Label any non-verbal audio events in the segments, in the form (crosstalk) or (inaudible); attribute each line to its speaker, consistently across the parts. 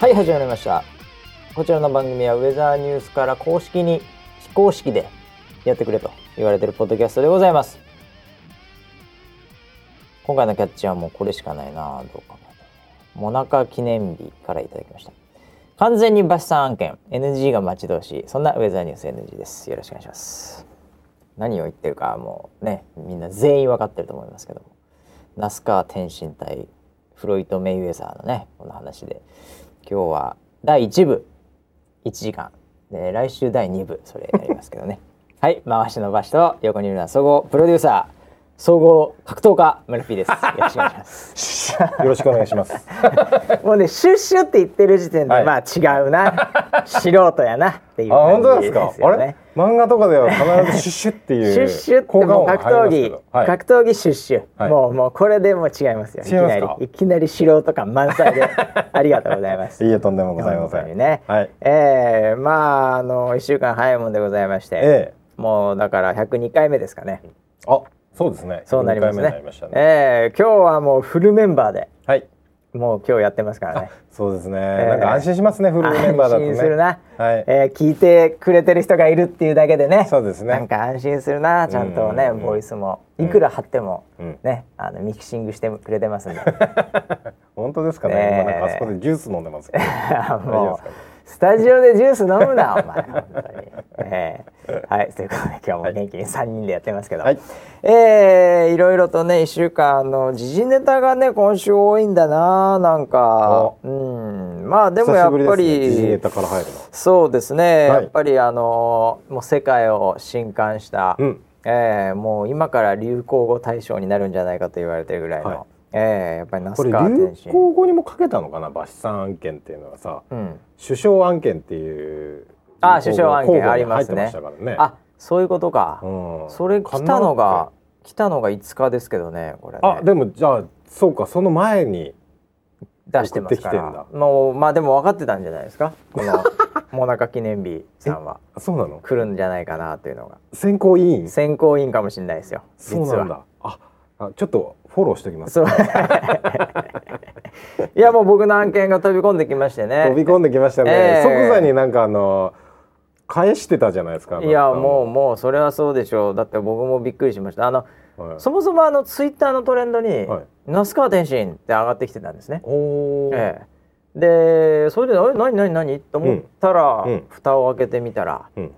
Speaker 1: はい始まりましたこちらの番組はウェザーニュースから公式に非公式でやってくれと言われてるポッドキャストでございます今回のキャッチはもうこれしかないなどう考えてもモナカ記念日からいただきました完全にバシさん案件 NG が待ち遠しいそんなウェザーニュース NG ですよろしくお願いします何を言ってるかもうねみんな全員分かってると思いますけどもナスカ天身対フロイト・メイウェザーのねこの話で今日は第1部1時間で来週第2部それになりますけど (laughs) ねはい回しの場所と横にいるのは総合プロデューサー総合格闘家村 P ですよろしくお願いします
Speaker 2: (laughs) よろしくお願いします。
Speaker 1: (laughs) もうねシュッシュって言ってる時点で、
Speaker 2: はい
Speaker 1: まあ違う (laughs) な素人やなっていう
Speaker 2: あ、
Speaker 1: 感
Speaker 2: 本当
Speaker 1: じ
Speaker 2: ですか。
Speaker 1: よ
Speaker 2: あれ、漫画とかでは必ずシュッシュって
Speaker 1: シュッ
Speaker 2: いう
Speaker 1: シュってもう格闘技、
Speaker 2: はい。
Speaker 1: 格闘技シュッシュ、
Speaker 2: はい
Speaker 1: もうもうこれでもう違いますよいき
Speaker 2: 違いま
Speaker 1: な
Speaker 2: す
Speaker 1: り
Speaker 2: か
Speaker 1: いきなり素人感満載 (laughs) でありがとうございます
Speaker 2: いいえ、とんでもございませ
Speaker 1: 本当に
Speaker 2: ん。
Speaker 1: ね、
Speaker 2: はい
Speaker 1: えーまああの1週間早いもんでございまして、
Speaker 2: ええ、
Speaker 1: もうだから102回目ですかね
Speaker 2: あ、そうですね。
Speaker 1: そうなります
Speaker 2: 二回
Speaker 1: ね
Speaker 2: 目になりましたね。
Speaker 1: ええ今日はもうフルメンバーで
Speaker 2: はい。
Speaker 1: もう今日やってますからね
Speaker 2: そうですね。なんか安心しますね、フルメンバーだとね。
Speaker 1: 安心するな、
Speaker 2: はい。
Speaker 1: えー聞いてくれてる人がいるっていうだけでね
Speaker 2: そうですね
Speaker 1: なんか安心するなちゃんとね、
Speaker 2: うんうんうん
Speaker 1: ボイスもいくら張っても、
Speaker 2: うん
Speaker 1: ねあのミキシングしてくれてますんで
Speaker 2: 本当ですかね。
Speaker 1: ええ
Speaker 2: 今なんかあそこでジュース飲んでますけど。
Speaker 1: (laughs)
Speaker 2: 夫
Speaker 1: も
Speaker 2: ですか
Speaker 1: うスタジオでジュース飲むなお前本当に、えーはいということで今日も元気に3人でやってますけど、
Speaker 2: はい
Speaker 1: えーいろいろとね1週間あの時事ネタがね今週多いんだななんかうんまあでもやっぱ
Speaker 2: 久しぶ
Speaker 1: り
Speaker 2: ですねジジネタから入るの。
Speaker 1: そうですね、
Speaker 2: はい
Speaker 1: やっぱりあのもう世界を震撼した、
Speaker 2: うん
Speaker 1: えーもう今から流行語大賞になるんじゃないかと言われてるぐらいの、
Speaker 2: はい
Speaker 1: えーやっぱりナ
Speaker 2: こ
Speaker 1: ス
Speaker 2: れ
Speaker 1: カ
Speaker 2: 流
Speaker 1: 天
Speaker 2: 行
Speaker 1: 心、
Speaker 2: 語にもかけたのかな、バシさん案件っていうのはさ、
Speaker 1: うん、
Speaker 2: 首相案件っていう。
Speaker 1: あ首相案件
Speaker 2: 候補に
Speaker 1: ありますね
Speaker 2: 入ってましたからね。
Speaker 1: あそういうことか、
Speaker 2: うん
Speaker 1: それ来たのが来たのが5日ですけどねこれね
Speaker 2: あでもじゃあそうかその前に
Speaker 1: 出してますか
Speaker 2: 送って
Speaker 1: ら
Speaker 2: きて
Speaker 1: もうまあでも分かってたんじゃないですかこ
Speaker 2: (laughs)
Speaker 1: のモナカ記念日さんは
Speaker 2: あそうなの
Speaker 1: 来るんじゃないかなというのが
Speaker 2: 選考委員
Speaker 1: 選考委員かもしれないですよ実
Speaker 2: そう
Speaker 1: は
Speaker 2: なんだああちょっとフォローしておきます
Speaker 1: そう。いやもう僕の案件が飛び込んできましてね。
Speaker 2: 飛び込んできましたね、
Speaker 1: ええ
Speaker 2: 即座になんかあの返してたじゃないですか
Speaker 1: いやもうもうそれはそうでしょう。だって僕もびっくりしました。あの、
Speaker 2: う、はい
Speaker 1: そもそもあのツイッターのトレンドに、
Speaker 2: はい
Speaker 1: 那須川天心って上がってきてたんですね。
Speaker 2: おー
Speaker 1: ええ、でそれで「え何何何?」と思ったら、
Speaker 2: うんうん
Speaker 1: 蓋を開けてみたら
Speaker 2: うん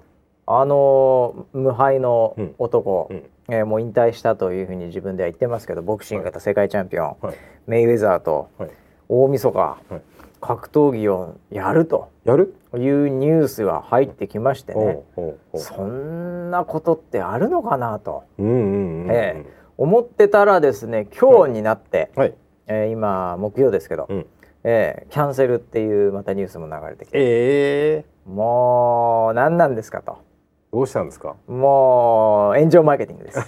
Speaker 1: あの無敗の男、
Speaker 2: うんうん
Speaker 1: ええもう引退したというふうに自分では言ってますけどボクシング型世界チャンピオン、
Speaker 2: はい
Speaker 1: メイウェザーと
Speaker 2: はい
Speaker 1: 大晦日、
Speaker 2: はい
Speaker 1: 格闘技をやると
Speaker 2: やる
Speaker 1: いうニュースが入ってきまして
Speaker 2: お
Speaker 1: ね
Speaker 2: うおうおう
Speaker 1: そんなことってあるのかなと
Speaker 2: うんうんうんうん、
Speaker 1: え思ってたらですね今日になって、
Speaker 2: はい
Speaker 1: えー今木曜ですけど、
Speaker 2: うん
Speaker 1: えーキャンセルっていうまたニュースも流れてきて
Speaker 2: ええ
Speaker 1: もう何なんですかと
Speaker 2: どうしたんです
Speaker 1: (laughs)
Speaker 2: か
Speaker 1: もう炎上マーケティン
Speaker 2: (laughs)
Speaker 1: グです。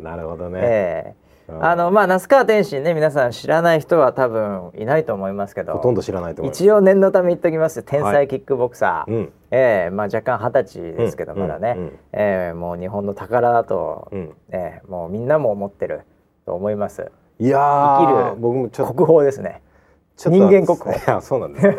Speaker 2: なるほどね、
Speaker 1: え
Speaker 2: う
Speaker 1: ー
Speaker 2: ん
Speaker 1: あのまあ那須川天心ね皆さん知らない人は多分いないと思いますけど
Speaker 2: ほとんど知らないと思います
Speaker 1: 一応念のため言っときます天
Speaker 2: は
Speaker 1: 才
Speaker 2: い
Speaker 1: キックボクサー、
Speaker 2: うん
Speaker 1: ええまあ、若干二十歳ですけど、
Speaker 2: うん
Speaker 1: まだね、
Speaker 2: うんうん
Speaker 1: ええもう日本の宝だと、
Speaker 2: うん
Speaker 1: ええもうみんなも思ってると思います
Speaker 2: いやー
Speaker 1: 生きる
Speaker 2: 僕もちょっと
Speaker 1: 国宝ですね
Speaker 2: ちょっと
Speaker 1: 人間国宝
Speaker 2: いやそうなんです (laughs) よ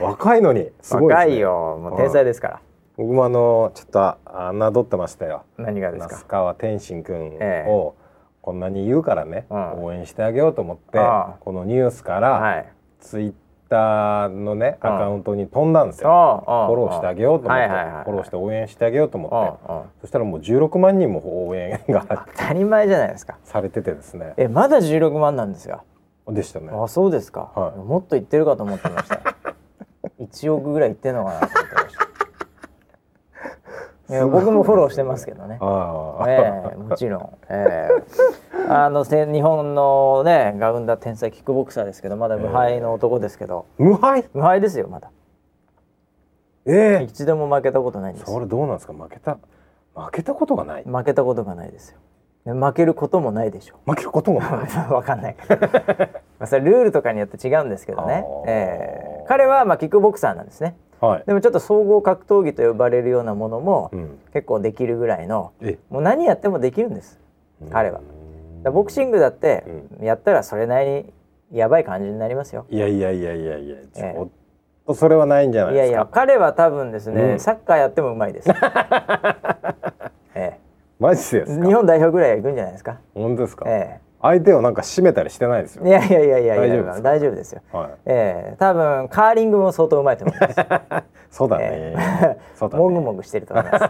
Speaker 2: 若いのにすごいで
Speaker 1: 若
Speaker 2: す、ね、
Speaker 1: いよもう天才ですから、
Speaker 2: 僕もあのちょっとあ侮ってましたよ
Speaker 1: 何がです
Speaker 2: 那須
Speaker 1: か
Speaker 2: 川天心君
Speaker 1: ええ
Speaker 2: をこんなに言うからね、
Speaker 1: うん
Speaker 2: 応援してあげようと思って
Speaker 1: ああ
Speaker 2: このニュースから
Speaker 1: はい
Speaker 2: ツイッターのね
Speaker 1: うん
Speaker 2: アカウントに飛んだんです
Speaker 1: フ
Speaker 2: よフォローしてあげようと思っ
Speaker 1: は
Speaker 2: て
Speaker 1: いはいはい
Speaker 2: フォローして応援してあげようと思って
Speaker 1: うんうん
Speaker 2: そしたらもう16万人も応援が
Speaker 1: 当たり前じゃないですか
Speaker 2: されててですね
Speaker 1: えまだ16万なんですよ
Speaker 2: でしたね
Speaker 1: あそうですか、
Speaker 2: はい
Speaker 1: もっといってるかと思ってました
Speaker 2: (laughs)
Speaker 1: 一億ぐらいいってんのかなと思ってましたいや僕もフォローしてますけどね
Speaker 2: ああ、 (laughs)
Speaker 1: ええもちろん、ええあのせ日本のねが生んだ天才キックボクサーですけどまだ無敗の男ですけど、
Speaker 2: 無敗
Speaker 1: 無敗ですよまだ
Speaker 2: ええ
Speaker 1: 一度も負けたことないんです
Speaker 2: そ
Speaker 1: よ
Speaker 2: れどうなんですか負けた負けたことがない
Speaker 1: 負けたことがないですよで負けることもないでしょ
Speaker 2: 負けることがない
Speaker 1: (laughs) わかん
Speaker 2: (laughs)
Speaker 1: ないからまあそれルールとかによって違うんですけどね
Speaker 2: あ、ー
Speaker 1: ええ彼はまあキックボクサーなんですね
Speaker 2: はい。
Speaker 1: でもちょっと総合格闘技と呼ばれるようなものも
Speaker 2: うん。
Speaker 1: 結構できるぐらいの
Speaker 2: え、
Speaker 1: もう何やってもできるんです彼はだからボクシングだって
Speaker 2: う
Speaker 1: やったらそれなりにやばい感じになりますよ。
Speaker 2: いやいやいやいやいや、ち
Speaker 1: ええ
Speaker 2: ょっとそれはないんじゃない
Speaker 1: いや
Speaker 2: で
Speaker 1: い
Speaker 2: す
Speaker 1: や
Speaker 2: か。
Speaker 1: 彼は多分ですね、
Speaker 2: うん
Speaker 1: サッカーやってもうまい
Speaker 2: (laughs)
Speaker 1: です。え
Speaker 2: マジで
Speaker 1: え
Speaker 2: す
Speaker 1: 日
Speaker 2: か。
Speaker 1: 本代表ぐらい行くんじゃないですか。
Speaker 2: 本当ですか。
Speaker 1: え
Speaker 2: 相手をなんか締めたりしてないです
Speaker 1: え、い
Speaker 2: よ。
Speaker 1: やいやいやいやいや
Speaker 2: 大丈夫ですか
Speaker 1: 大丈夫ですよ。
Speaker 2: は
Speaker 1: ええ、多分カーリングも相当うまいと思い
Speaker 2: (laughs)
Speaker 1: ます。
Speaker 2: い。そうだ
Speaker 1: え
Speaker 2: ね。 (laughs) そうだね。
Speaker 1: もぐもぐしてると思います。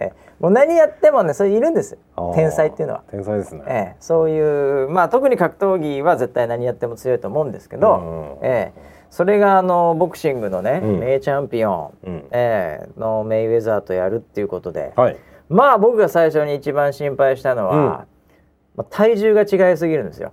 Speaker 1: ええ、もう何やってもね、それいるんです
Speaker 2: あー。
Speaker 1: 天才っていうのは。
Speaker 2: 天才ですね。
Speaker 1: ええ、そういうまあ特に格闘技は絶対何やっても強いと思うんですけど、
Speaker 2: うん
Speaker 1: ええ、それがあのボクシングのね、
Speaker 2: うん
Speaker 1: 名チャンピオン、
Speaker 2: うん
Speaker 1: ええのメイウェザーとやるっていうことで、
Speaker 2: はい。
Speaker 1: まあ僕が最初に一番心配したのは、
Speaker 2: うん
Speaker 1: まあ、体重が違いすぎるんですよ。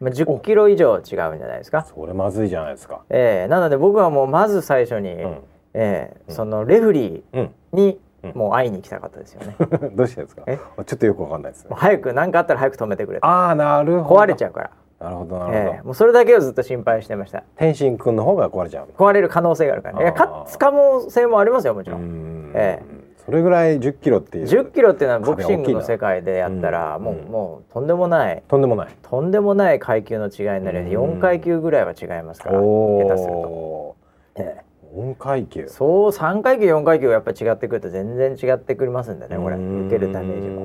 Speaker 1: まあ、10キロ以上違うんじゃないですか。
Speaker 2: それまずいじゃないですか。
Speaker 1: ええなので僕はもうまず最初に、
Speaker 2: うん。
Speaker 1: ええそのレフリ
Speaker 2: うん。
Speaker 1: ーに
Speaker 2: うん
Speaker 1: もう会いに行きたかったですよね。
Speaker 2: (laughs) どうしてですか
Speaker 1: え。
Speaker 2: ちょっとよくわかんないです
Speaker 1: も
Speaker 2: ね
Speaker 1: う。早く何かあったら早く止めてくれと
Speaker 2: ああ、なるほど。
Speaker 1: 壊れちゃうから。
Speaker 2: う。なるほど、なる
Speaker 1: え
Speaker 2: ほ
Speaker 1: え
Speaker 2: ど。
Speaker 1: もうそれだけをずっと心配してました
Speaker 2: 天心くんの方が壊れちゃう。
Speaker 1: 壊れる可能性があるから、ね、いや
Speaker 2: あー
Speaker 1: 勝つ可能性もありますよもち
Speaker 2: う
Speaker 1: ろん、
Speaker 2: ん
Speaker 1: え
Speaker 2: それぐらい10キロっていう。
Speaker 1: 10キロっていうのはボクシング
Speaker 2: 壁大
Speaker 1: の
Speaker 2: きいな
Speaker 1: 世界でやったら、
Speaker 2: うん
Speaker 1: もう
Speaker 2: うん
Speaker 1: もうとんでもない
Speaker 2: とんでもない。
Speaker 1: とんでもない階級の違いになり、
Speaker 2: うん
Speaker 1: 4階級ぐらいは違いますから下手すると、
Speaker 2: おお。
Speaker 1: え
Speaker 2: 音階級
Speaker 1: え。そう3階級4階級がやっぱ違ってくると全然違ってくりますんでねこれ
Speaker 2: うん
Speaker 1: 受けるダメージも。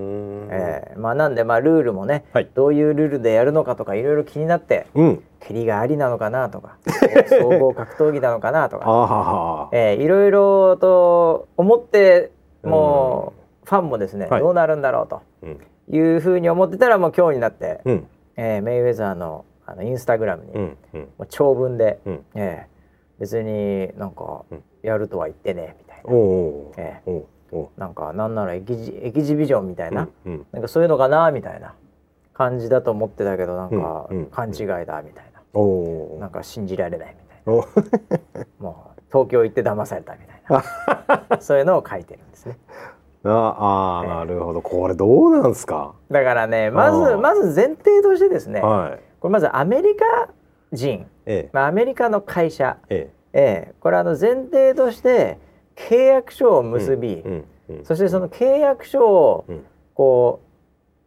Speaker 2: え
Speaker 1: ええまあなんでまあルールもね、
Speaker 2: はい
Speaker 1: どういうルールでやるのかとかいろいろ気になって
Speaker 2: うん。
Speaker 1: 蹴りがありなのかなと
Speaker 2: (laughs)
Speaker 1: か総合格闘技なのかなとか
Speaker 2: あはは。
Speaker 1: えー、いろいろと思ってもうファンもですね、
Speaker 2: はい
Speaker 1: どうなるんだろうと
Speaker 2: うん。
Speaker 1: いうふうに思ってたらもう今日になって、
Speaker 2: うん。
Speaker 1: えーメイウェザーのあのインスタグラムに、
Speaker 2: う
Speaker 1: も
Speaker 2: ん。うん。
Speaker 1: う長文で、
Speaker 2: うん。
Speaker 1: えー別になんか
Speaker 2: うん
Speaker 1: やるとは言ってねみたいな、
Speaker 2: おお。
Speaker 1: え
Speaker 2: おお。お
Speaker 1: ーなんかなんならエキジエキジビジョンみたいな、
Speaker 2: うん。うん。
Speaker 1: なんかそういうのかなみたいな感じだと思ってたけどなんか
Speaker 2: うんうん
Speaker 1: 勘違いだみたいな、
Speaker 2: おお。
Speaker 1: なんか信じられないみたい
Speaker 2: お。 (laughs)
Speaker 1: なもう東京行って騙されたみたい
Speaker 2: (laughs)
Speaker 1: なそういうのを書いてるんですね。
Speaker 2: ああー、なるほど。これどうなんすか。
Speaker 1: だからねまず
Speaker 2: あー
Speaker 1: まず前提としてですねこ
Speaker 2: はい。
Speaker 1: れまずアメリカ人、
Speaker 2: え
Speaker 1: まあ、アメリカの会社、
Speaker 2: え。え
Speaker 1: ええこれあの前提として契約書を
Speaker 2: え。
Speaker 1: 結び、
Speaker 2: うん。うん。
Speaker 1: そしてその契約書を
Speaker 2: うん。
Speaker 1: こ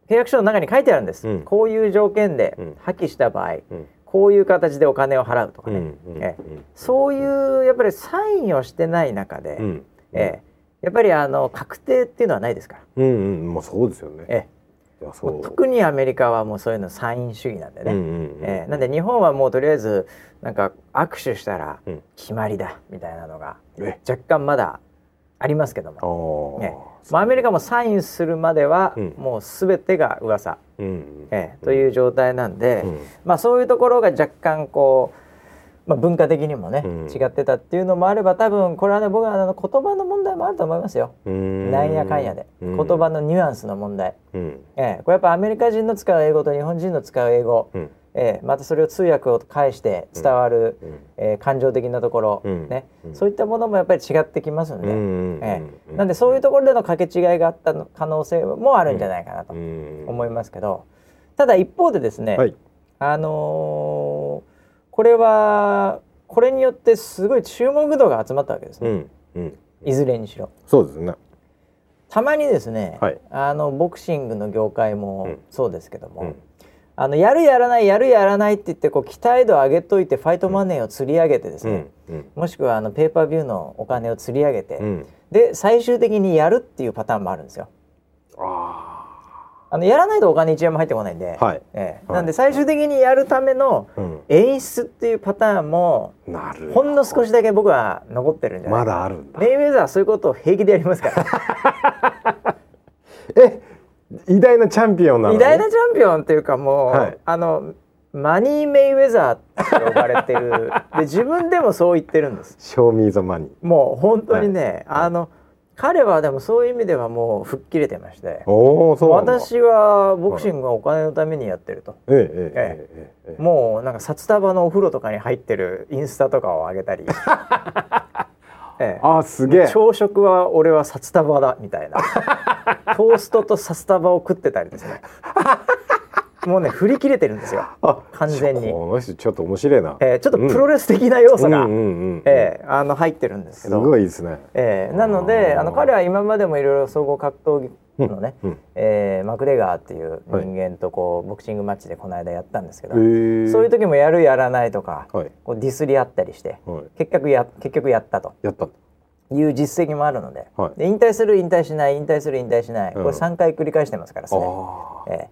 Speaker 1: う契約書の中に書いてあるんです、
Speaker 2: うん
Speaker 1: こういう条件で
Speaker 2: うん
Speaker 1: 破棄した場合
Speaker 2: うん。
Speaker 1: こういう形でお金を払うとか
Speaker 2: う
Speaker 1: ね、
Speaker 2: ん。うん。
Speaker 1: えそういうやっぱりサインをしてない中で、
Speaker 2: うん。
Speaker 1: ええやっぱりあの確定っていうのはないですから、
Speaker 2: うんうん、まあそうですよね。
Speaker 1: え
Speaker 2: いや
Speaker 1: え
Speaker 2: そ
Speaker 1: もう
Speaker 2: う。
Speaker 1: 特にアメリカはもうそういうのサイン主義なんでね、
Speaker 2: うんうんうん
Speaker 1: えーなんで日本はもうとりあえずなんか握手したら
Speaker 2: うん
Speaker 1: 決まりだみたいなのが
Speaker 2: え
Speaker 1: 若干まだありますけど
Speaker 2: あ
Speaker 1: も、
Speaker 2: あ、
Speaker 1: ねまあ、アメリカもサインするまでは
Speaker 2: うん
Speaker 1: もう全てが噂、
Speaker 2: うん
Speaker 1: えーという状態なんで、
Speaker 2: うん
Speaker 1: まあ、そういうところが若干こう、まあ、文化的にもね、
Speaker 2: うん
Speaker 1: 違ってたっていうのもあれば多分これはね僕はあの言葉の問題もあると思いますよ。
Speaker 2: うん
Speaker 1: なんやかんやで、言葉のニュアンスの問題、
Speaker 2: うん
Speaker 1: えーこれやっぱアメリカ人の使う英語と日本人の使う英語、
Speaker 2: うん
Speaker 1: えーまたそれを通訳を介して伝わる、
Speaker 2: うん
Speaker 1: えー感情的なところ、
Speaker 2: うん
Speaker 1: ね
Speaker 2: うん
Speaker 1: そういったものもやっぱり違ってきますので、
Speaker 2: うん
Speaker 1: えーなんでそういうところでの掛け違いがあったの可能性もあるんじゃないかなと思い
Speaker 2: ま
Speaker 1: ますけど、ただ一方でですね、
Speaker 2: はい。
Speaker 1: あのーこれはこれによってすごい注目度が集まったわけです
Speaker 2: う
Speaker 1: ね、
Speaker 2: んうん
Speaker 1: いずれにしろ。
Speaker 2: そうですね。
Speaker 1: たまにですね、
Speaker 2: はい
Speaker 1: あのボクシングの業界
Speaker 2: う
Speaker 1: も
Speaker 2: ん
Speaker 1: そうですけども、
Speaker 2: うん
Speaker 1: あのやるやらないやるやらないって言ってこう期待度を上げといてファイトマネーを釣り上げてです
Speaker 2: う
Speaker 1: ね
Speaker 2: ん、うん
Speaker 1: もしくはあのペーパービューのお金を釣り上げて、
Speaker 2: うん
Speaker 1: で最終的にやるっていうパターンもあるんですよ。
Speaker 2: あ
Speaker 1: あのやらないとお金1円も入ってこないんで、
Speaker 2: あはい。
Speaker 1: ええ
Speaker 2: はい
Speaker 1: なんで最終的にやるための
Speaker 2: うん
Speaker 1: 演出っていうパターンも
Speaker 2: なる
Speaker 1: ほんの少しだけ僕は残ってるんじゃない
Speaker 2: ま
Speaker 1: か
Speaker 2: だあるんだ。
Speaker 1: メイウェザーはそういうことを平気でやりますから
Speaker 2: え偉大なチャンピオンなのに。
Speaker 1: 偉大なチャンピオンっていうかもう、
Speaker 2: はい
Speaker 1: あのマニー・メイウェザーって呼ばれてるで自分でもそう言ってるんです。
Speaker 2: 賞味ざまに。
Speaker 1: もう本当にね、あの彼はでもそういう意味ではもう吹っ切れてまして
Speaker 2: おおそうなんだ。
Speaker 1: 私はボクシングはお金のためにやってると、
Speaker 2: ええええええええ。
Speaker 1: もうなんか札束のお風呂とかに入ってるインスタとかを上げた
Speaker 2: (laughs)
Speaker 1: り、 (laughs) え
Speaker 2: あーすげ
Speaker 1: え
Speaker 2: え。
Speaker 1: 朝食は俺は札束だみた
Speaker 2: (laughs)
Speaker 1: いなトーストと札束を食ってたりですねもうね振り切れてるんですよ、
Speaker 2: あ
Speaker 1: 完全に
Speaker 2: ちょこの人ちょっと面白いな。
Speaker 1: ええちょっとプロレス的な要素が、
Speaker 2: うんうんうんうん
Speaker 1: ええあの入ってるんですけ
Speaker 2: す
Speaker 1: ど
Speaker 2: ごいですね。
Speaker 1: えーなのであの彼は今までもいろいろ総合格闘のね、
Speaker 2: うん
Speaker 1: えーマクレガーっていう
Speaker 2: はい
Speaker 1: 人間とこう、ボクシングマッチでこの間やったんですけど、
Speaker 2: ー
Speaker 1: そういう時もやるやらないとか、
Speaker 2: はい
Speaker 1: こうディスり合ったりして
Speaker 2: はい
Speaker 1: 結局や結局やったと
Speaker 2: やったんだ
Speaker 1: いう実績もあるので,、
Speaker 2: はい
Speaker 1: で引退する引退しない引退する引退しない、
Speaker 2: うん
Speaker 1: これ3回繰り返してますから
Speaker 2: あ
Speaker 1: それ、えー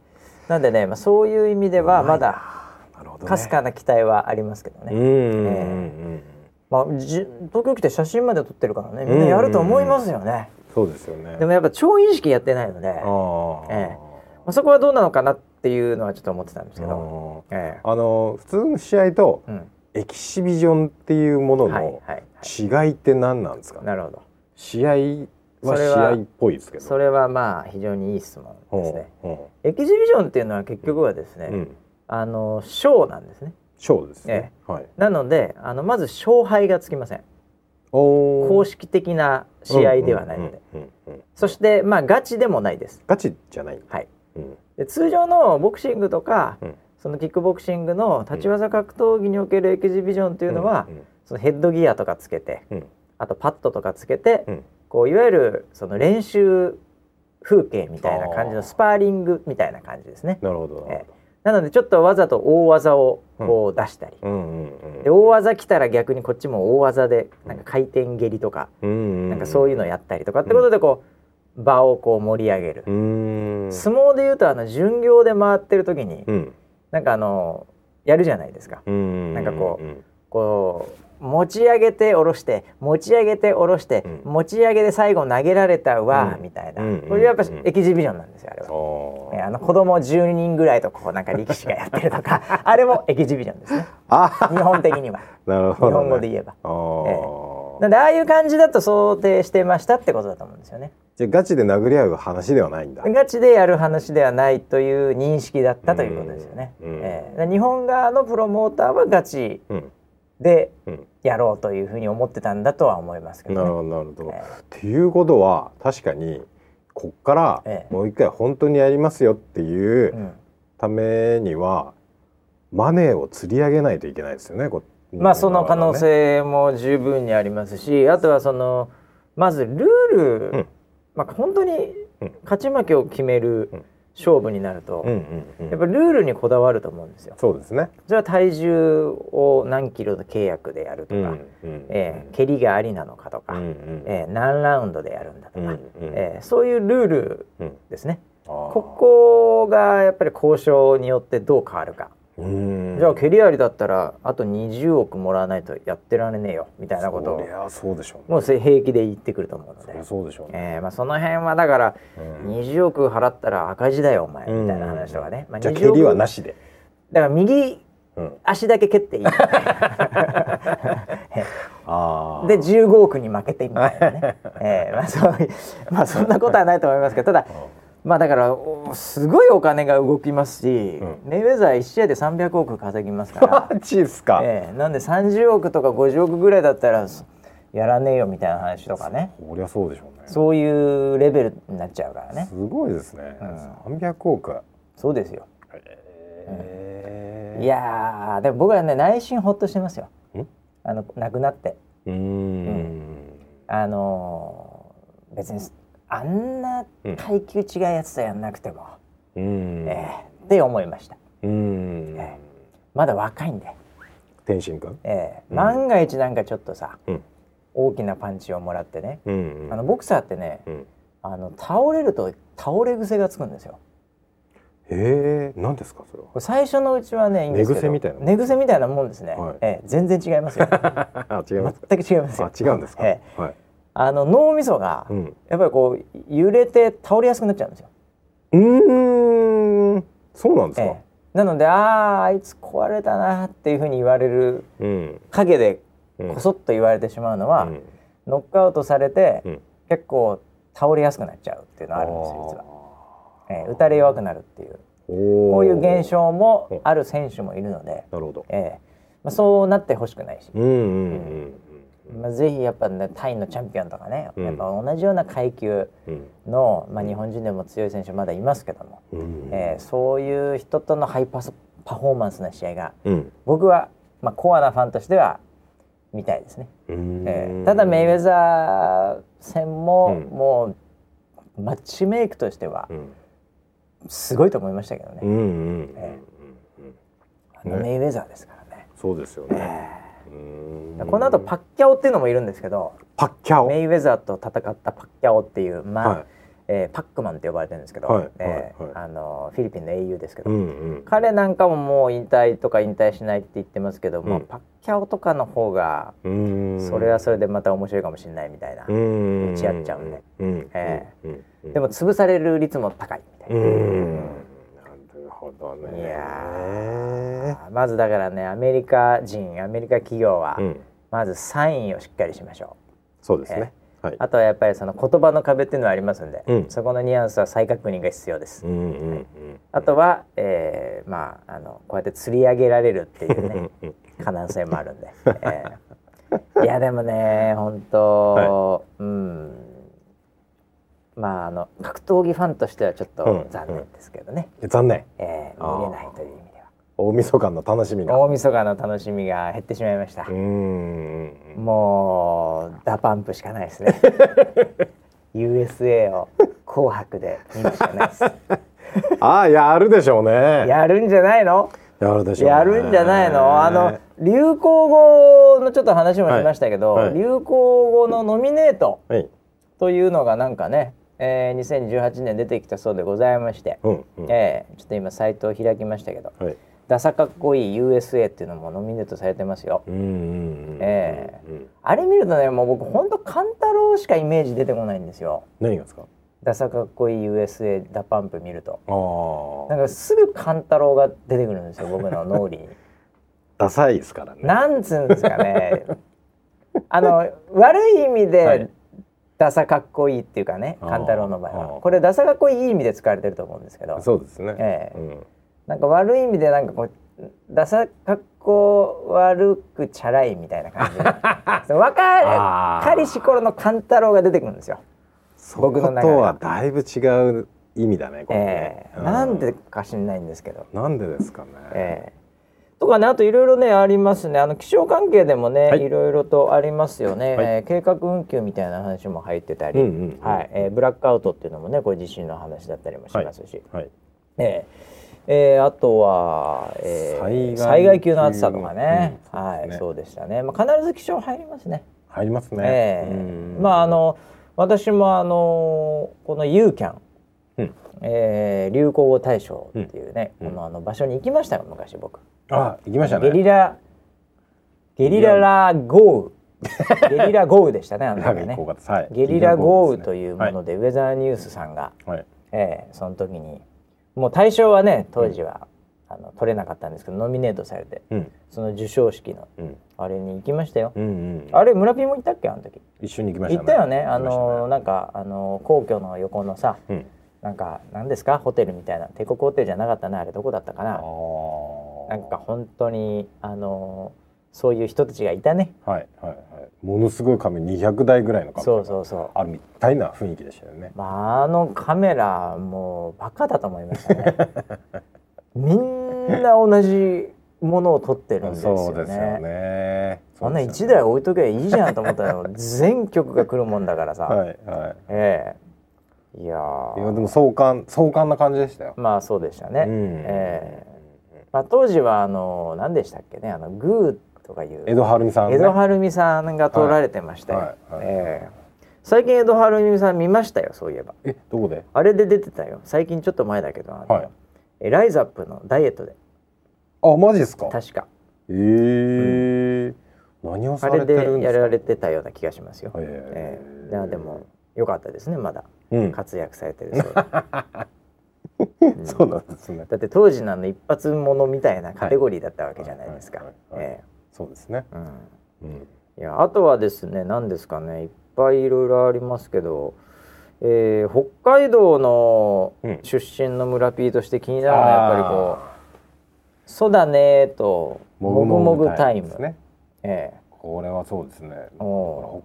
Speaker 1: なんでね、まあ、そういう意味では
Speaker 2: うま
Speaker 1: ま
Speaker 2: い
Speaker 1: だ
Speaker 2: あなるほどね
Speaker 1: かすかな期待はありますけどね。
Speaker 2: うんうんうん
Speaker 1: え
Speaker 2: うん
Speaker 1: まあ、じ東京来て写真まで撮ってるからねみんなやると思いますよね、
Speaker 2: そうですよね
Speaker 1: でもやっぱ超意識やってないので、ま
Speaker 2: ああ
Speaker 1: えあ、そこはどうなのかなっていうのはちょっと思ってたんですけ
Speaker 2: あ
Speaker 1: ど、
Speaker 2: ー
Speaker 1: え
Speaker 2: あの普通の試合と
Speaker 1: えうん
Speaker 2: エキシビジョンっていうもの
Speaker 1: はい
Speaker 2: の
Speaker 1: はい
Speaker 2: 違いって何なんですか、
Speaker 1: なるほど
Speaker 2: 試合は
Speaker 1: それ
Speaker 2: 試
Speaker 1: は
Speaker 2: 合っぽいですけど
Speaker 1: それはまあ非常にいい質問
Speaker 2: ほう
Speaker 1: ですね
Speaker 2: ほ
Speaker 1: エキシビジョンっていうのは結局はですね、
Speaker 2: ううん
Speaker 1: あのショーなんですね
Speaker 2: ショーですね、はい
Speaker 1: なのであのまず勝敗がつきません
Speaker 2: おー
Speaker 1: 公式的な試合ではないので、
Speaker 2: うんうんうんうん
Speaker 1: そしてまあガチでもないです
Speaker 2: ガチじゃない
Speaker 1: はい
Speaker 2: うん
Speaker 1: で通常のボクシングとか、
Speaker 2: うん
Speaker 1: そのキックボクシングの立ち技格闘技におけるエキシビジョンというのは、
Speaker 2: うん
Speaker 1: そのヘッドギアとかつけて
Speaker 2: うん
Speaker 1: あとパッドとかつけて、
Speaker 2: うん
Speaker 1: こういわゆるその練習風景みたいな感じ
Speaker 2: あ
Speaker 1: の
Speaker 2: ー
Speaker 1: スパーリングみたいな感じですね。
Speaker 2: なるほどなるほど
Speaker 1: なのでちょっとわざと大技をこう出したり、
Speaker 2: うんうんうん
Speaker 1: で大技来たら逆にこっちも大技でなんか回転蹴りとか、
Speaker 2: うんうん
Speaker 1: なんかそういうのやったりとかってことでこう場をこう盛り上げる。
Speaker 2: うん
Speaker 1: 相撲でいうとあの巡業で回ってる時に、
Speaker 2: うん
Speaker 1: なんかあのやるじゃないですか。
Speaker 2: うん
Speaker 1: なんかこう
Speaker 2: うん
Speaker 1: こう持ち上げて下ろして持ち上げて下ろして、
Speaker 2: うん
Speaker 1: 持ち上げで最後投げられたわ、
Speaker 2: うん
Speaker 1: みたいな、
Speaker 2: うん
Speaker 1: これやっぱ
Speaker 2: うん
Speaker 1: エキシビジョンなんですよあれは。
Speaker 2: あ
Speaker 1: ね
Speaker 2: ー
Speaker 1: あの子供10人ぐらいとこうなんか力士がやってると
Speaker 2: (laughs)
Speaker 1: かあれもエキシビジョンですね
Speaker 2: あ
Speaker 1: 日本的に
Speaker 2: (laughs)
Speaker 1: は
Speaker 2: なる
Speaker 1: 日
Speaker 2: ほど
Speaker 1: 本
Speaker 2: ね
Speaker 1: 語で言えば。
Speaker 2: あ
Speaker 1: な
Speaker 2: ー
Speaker 1: んでああいう感じだと想定してましたってことだと思うんですよね。
Speaker 2: じゃあガチで殴り合う話ではないんだ
Speaker 1: ガチでやる話ではないという認識だったということですよね。
Speaker 2: うん
Speaker 1: ええ日本側のプロモーターはガチ
Speaker 2: うん
Speaker 1: で
Speaker 2: うん
Speaker 1: やろうというふうに思ってたんだとは思いますけ
Speaker 2: な
Speaker 1: どね、
Speaker 2: るほどなるほど
Speaker 1: え
Speaker 2: っていうことは確かにこっか
Speaker 1: え
Speaker 2: ら
Speaker 1: え
Speaker 2: もう一回本当にやりますよってい
Speaker 1: え
Speaker 2: うためにはマネーを釣り上げないといけないですよね。こ
Speaker 1: うんまあその可能。性も十分にありますしあとはそのまずルール、
Speaker 2: うん
Speaker 1: まあ本当に
Speaker 2: うん
Speaker 1: 勝ち負けを決める
Speaker 2: うん
Speaker 1: 勝負になると、
Speaker 2: うんうんう
Speaker 1: やっ
Speaker 2: ん。
Speaker 1: ぱルールにこだわると思うんですよ。
Speaker 2: そうですね。
Speaker 1: それは体重を何キロの契約でやると
Speaker 2: う
Speaker 1: か、
Speaker 2: んうん。
Speaker 1: ええ蹴りがありなのかとか、
Speaker 2: うんうん。
Speaker 1: えー何ラウンドでやるんだと
Speaker 2: う
Speaker 1: か、
Speaker 2: んうん。
Speaker 1: えーそういうルール
Speaker 2: うん。
Speaker 1: ですねこ
Speaker 2: こ。
Speaker 1: こがやっぱり交渉によってどう変わるか、
Speaker 2: うん。
Speaker 1: じゃあ蹴りありだったらあと20億もらわないとやってられねえよみたいなこと
Speaker 2: そ
Speaker 1: を
Speaker 2: りゃそうでしょう
Speaker 1: も
Speaker 2: ね。
Speaker 1: う平気で言ってくると思うの
Speaker 2: そり
Speaker 1: で
Speaker 2: ゃ。そうでしょうね。
Speaker 1: えーまあ、その辺はだから
Speaker 2: うん
Speaker 1: 20億払ったら赤字だよお前
Speaker 2: うん
Speaker 1: みたいな話とかね、ま
Speaker 2: じゃあ
Speaker 1: 20
Speaker 2: 蹴
Speaker 1: 億
Speaker 2: りはなしで。
Speaker 1: だから右
Speaker 2: うん。
Speaker 1: 足だけ蹴
Speaker 2: (laughs)
Speaker 1: っていいみたい
Speaker 2: ああ。
Speaker 1: で15億に負けてみたいな
Speaker 2: (laughs)
Speaker 1: ね、えーまあ、そう (laughs) いうまあそんなことはないと思いますけどただまあだからおすごいお金が動きますし、
Speaker 2: ん
Speaker 1: メイウェザー1試合で300億稼ぎます
Speaker 2: (laughs)
Speaker 1: か、。
Speaker 2: (laughs) マジですから
Speaker 1: ええなんで30億とか50億ぐらいだったらそやらねえよみたいな話とかね
Speaker 2: そりゃそうでしょうね。
Speaker 1: そういうレベルになっちゃうからね
Speaker 2: すごいですね。三百億。
Speaker 1: そうですよ
Speaker 2: え
Speaker 1: いやーでも僕はね内心ほっとしてますよ
Speaker 2: え。ん
Speaker 1: あの亡くなって
Speaker 2: うーん。
Speaker 1: あのー別にあんな階級違うやつとやんなくても、
Speaker 2: うーん。
Speaker 1: ええって思いました
Speaker 2: うーん。
Speaker 1: まだ若いんで、
Speaker 2: 天心君。
Speaker 1: ええ
Speaker 2: うん
Speaker 1: 万が一なんかちょっとさ、
Speaker 2: うん
Speaker 1: 大きなパンチをもらってね、
Speaker 2: うんうん。
Speaker 1: あのボクサーってね
Speaker 2: うん。
Speaker 1: あの倒れると倒れ癖がつくんですよ
Speaker 2: ええ、なんですかそれは。
Speaker 1: これ最初のうちはねいいんですけど
Speaker 2: 寝癖みたいなもん
Speaker 1: 寝癖みたいなもんですね、
Speaker 2: はい
Speaker 1: ええ全然違い
Speaker 2: (laughs)
Speaker 1: ますよ (laughs)
Speaker 2: あ、違いますか。
Speaker 1: 全く違いますよ
Speaker 2: あ、違うんですか。
Speaker 1: ええ
Speaker 2: はい。
Speaker 1: あの脳みそが、
Speaker 2: うん。
Speaker 1: やっぱりこう揺れて倒れやすくなっちゃうんですよ、
Speaker 2: うーん。そうなんです
Speaker 1: え
Speaker 2: か。
Speaker 1: えなのであああいつ壊れたなっていうふうに言われる
Speaker 2: うん。
Speaker 1: 陰で
Speaker 2: うん
Speaker 1: こそっと言われてしまうのは、
Speaker 2: うん
Speaker 1: ノックアウトされて、
Speaker 2: うん
Speaker 1: 結構倒れやすくなっちゃうっていうのはあるんですよ実は、ええ打たれ弱くなるっていう
Speaker 2: おお。
Speaker 1: こういう現。象もある選手もいるので、
Speaker 2: なるほど。
Speaker 1: ええまあ、そうなってほしくないし、
Speaker 2: うんうんうん
Speaker 1: まあ、ぜひやっぱ、ね、タイのチャンピオンとかね、
Speaker 2: うん
Speaker 1: やっぱ同じような階級
Speaker 2: うん
Speaker 1: の、まあ、日本人でも強い選手まだいますけども、
Speaker 2: うん。
Speaker 1: ええそういう人とのハイパスパフォーマンスな試合が
Speaker 2: うん。
Speaker 1: 僕は、まあ、コアなファンとしては見たいですね、
Speaker 2: うーん
Speaker 1: ええただメイウェザー戦も、
Speaker 2: うん
Speaker 1: もうマッチメイクとしては
Speaker 2: うん
Speaker 1: すごいと思いましたけど
Speaker 2: う
Speaker 1: ね、
Speaker 2: んうんうん
Speaker 1: え
Speaker 2: うん
Speaker 1: あの
Speaker 2: ね
Speaker 1: メイウェザーですからね、
Speaker 2: そうですよね。うーん
Speaker 1: この後パッキャオっていうのもいるんですけど
Speaker 2: パッキャオ。
Speaker 1: メイウェザーと戦ったパッキャオっていう、まあ
Speaker 2: は
Speaker 1: えーパックマンって呼ばれてるんですけど、
Speaker 2: はい
Speaker 1: えー
Speaker 2: はいはい
Speaker 1: あのフィリピンの英雄ですけ
Speaker 2: い。
Speaker 1: ど、
Speaker 2: うんうん。
Speaker 1: 彼なんかももう引退とか引退しないって言ってますけども、
Speaker 2: うん
Speaker 1: パッキャオとかの方が
Speaker 2: うーん。
Speaker 1: それはそれでまた面白いかもしれないみたいな、
Speaker 2: うーん。
Speaker 1: 打ち合っちゃうんで。
Speaker 2: うん。
Speaker 1: え
Speaker 2: え。うん
Speaker 1: でも。潰される率も高いみたいうな、
Speaker 2: ん。なるほどね。
Speaker 1: いやーまずだからねアメリカ人アメリカ企業は、
Speaker 2: うん。
Speaker 1: まずサインをしっかりしましょ
Speaker 2: そうですね。はい。
Speaker 1: うあとはやっぱりその言葉の壁っていうのはありますんで、
Speaker 2: うん
Speaker 1: そこのニュアンスは再確認が必要です、
Speaker 2: うんうんうん。
Speaker 1: あとは、えーまああのこうやって釣り上げられるっていうね
Speaker 2: うんうん。
Speaker 1: 可能性もあるんで、えーいやでもね本当、うんまああの格闘技ファンとしてはちょっと
Speaker 2: うん
Speaker 1: 残念ですけどね、
Speaker 2: 残念。
Speaker 1: えー見れないという意味で
Speaker 2: 大晦日の楽しみが。
Speaker 1: は
Speaker 2: う
Speaker 1: 大晦日の楽しみが減ってしまいました、
Speaker 2: ーん。
Speaker 1: もうダパンプしかないです
Speaker 2: (laughs)
Speaker 1: ね USA を紅白で見るしかないです
Speaker 2: (laughs) ああ、やるでしょうね。
Speaker 1: やるんじゃないの
Speaker 2: やるでしょうね。
Speaker 1: やるんじゃないのあの流行語のちょっと話もしましたけど、
Speaker 2: はいはい
Speaker 1: 流行語のノミネート
Speaker 2: はい。
Speaker 1: というのがなんかね、えー2018年出てきたそうでございまして、
Speaker 2: うんうん。
Speaker 1: えーちょっと今サイトを開きましたけど
Speaker 2: はい。
Speaker 1: 「ダサかっこいい USA」っていうのもノミネートされてますよ。
Speaker 2: うんうんうん。
Speaker 1: ええ
Speaker 2: うん。
Speaker 1: あれ見るとねもう僕ほんと勘太郎しかイメージ出てこないんですよ。
Speaker 2: 何がですか。
Speaker 1: ダサかっこいい USA ダパンプ見ると
Speaker 2: あ
Speaker 1: な
Speaker 2: あ。
Speaker 1: んかすぐ勘太郎が出てくるんですよ僕の脳裏
Speaker 2: (laughs)
Speaker 1: に。
Speaker 2: ダサいですからね。
Speaker 1: なんつうんですかねあの悪い意味で、
Speaker 2: はい
Speaker 1: ダサかっこいいっていうかね
Speaker 2: あー
Speaker 1: 勘太郎の場合
Speaker 2: あ
Speaker 1: は
Speaker 2: ー
Speaker 1: これダサかっこいい意味で使われてると思うんですけど
Speaker 2: そうですね。
Speaker 1: ええ
Speaker 2: うん
Speaker 1: なんか悪い意味でなんかこうダサかっこ悪くチャラいみたいな感じで (laughs) そう
Speaker 2: あ
Speaker 1: 若
Speaker 2: ー
Speaker 1: かりし頃の勘太郎が出てくるんですよ。
Speaker 2: そ
Speaker 1: 僕の中で
Speaker 2: ことはだいぶ違う意味だね。これ
Speaker 1: え
Speaker 2: ね
Speaker 1: え
Speaker 2: う
Speaker 1: なんでか知んないんですけど。
Speaker 2: なんでですかね。
Speaker 1: ええとかねあといろいろねありますねあの気象関係でもね、
Speaker 2: はい
Speaker 1: い、ろいろとありますよね、
Speaker 2: はい
Speaker 1: えー計画運休みたいな話も入ってたり、
Speaker 2: うんうんうん
Speaker 1: はいえーブラックアウトっていうのもねこれ地震の話だったりもしますし、
Speaker 2: はい。
Speaker 1: えええーあとは、えー
Speaker 2: 災害
Speaker 1: 災害級の暑さとかね,、
Speaker 2: うん
Speaker 1: はい
Speaker 2: ね
Speaker 1: そうでしたね、まあ、必ず気象入りますね。
Speaker 2: 入りますね。
Speaker 1: ええ
Speaker 2: うん
Speaker 1: まああ。の私もあのこの U キャン
Speaker 2: うん
Speaker 1: えー流行語大賞っていうね、
Speaker 2: うん
Speaker 1: このあの場所に行きましたよ昔僕、
Speaker 2: あ、行きました
Speaker 1: ゲリ
Speaker 2: ね。
Speaker 1: ラゲリララ豪雨ゲリラ豪雨でしたねあの
Speaker 2: なん
Speaker 1: 時
Speaker 2: (laughs) か
Speaker 1: ね
Speaker 2: 行こうかったはい
Speaker 1: ゲリラ豪雨と
Speaker 2: う。
Speaker 1: いうもので、ウェザーニュースさんが、
Speaker 2: はい。
Speaker 1: えーその時にもう大賞はね当時は、あの取れなかったんですけどノミネートされて
Speaker 2: うん。
Speaker 1: その授賞式の
Speaker 2: うん。
Speaker 1: あれに行きましたよ、
Speaker 2: うんうん。
Speaker 1: あれ村ピーも行ったっけあの時
Speaker 2: 一緒に行きました
Speaker 1: 行
Speaker 2: ね。
Speaker 1: ったよねあ
Speaker 2: 行きましたね
Speaker 1: のなんかあの皇居の横のさ
Speaker 2: うん。
Speaker 1: なんか何ですかホテルみたいな帝国ホテルじゃなかったなあれどこだったかな
Speaker 2: あ
Speaker 1: なんか本当にあのそういう人たちがいたね
Speaker 2: あ。はいはいはい。ものすごい紙200台ぐらいの紙。
Speaker 1: そうそうそ
Speaker 2: あるみたいな雰囲気でしたよね
Speaker 1: う。まああのカメラもうバカだと思いました
Speaker 2: (laughs)
Speaker 1: ねみんな同じものを撮ってるんですよ
Speaker 2: そうですよ
Speaker 1: ね
Speaker 2: ね。
Speaker 1: そんな
Speaker 2: 一
Speaker 1: 1台置いとけばいいじゃんと思ったら全曲が来るもんだからさ、
Speaker 2: はいはい。
Speaker 1: ええいや
Speaker 2: い
Speaker 1: ー
Speaker 2: やでも壮観壮観な感じでしたよ。
Speaker 1: まあそうでしたね、
Speaker 2: うん
Speaker 1: ええまあ、当時はあの何でしたっけねあのグーとかいう
Speaker 2: 江戸晴美さん、ね。
Speaker 1: 江戸晴美さんが撮られてましたよ、
Speaker 2: はいはい
Speaker 1: ええ最近江戸晴美さん見ましたよそういえば
Speaker 2: えどこで？
Speaker 1: あれで出てたよ最近ちょっと前だけどあの、
Speaker 2: はい
Speaker 1: えライザップのダイエットで
Speaker 2: あマジですか。
Speaker 1: 確か
Speaker 2: えー何を
Speaker 1: あ
Speaker 2: さ
Speaker 1: れ
Speaker 2: れてる
Speaker 1: で
Speaker 2: んで
Speaker 1: や
Speaker 2: すから
Speaker 1: れてたような気がしますよ、え
Speaker 2: え
Speaker 1: えいやでも良かったですねまだ
Speaker 2: うん、
Speaker 1: 活躍されてる (laughs) そうで
Speaker 2: (laughs) そうなんですね。
Speaker 1: だって当時のあの一発ものみたいなカテゴリーだったわけじゃないですか
Speaker 2: はいはいはいはい
Speaker 1: え
Speaker 2: そうですね。
Speaker 1: えうん
Speaker 2: うん、
Speaker 1: いやあとはですね何ですかねいっぱいいろいろありますけど、えー北海道の
Speaker 2: うん
Speaker 1: 出身の村ピーとして気になるのはやっぱりこう「そうだね」と「もぐもぐタイム」
Speaker 2: ですね。
Speaker 1: え
Speaker 2: これはそうですね。
Speaker 1: えおう
Speaker 2: ほ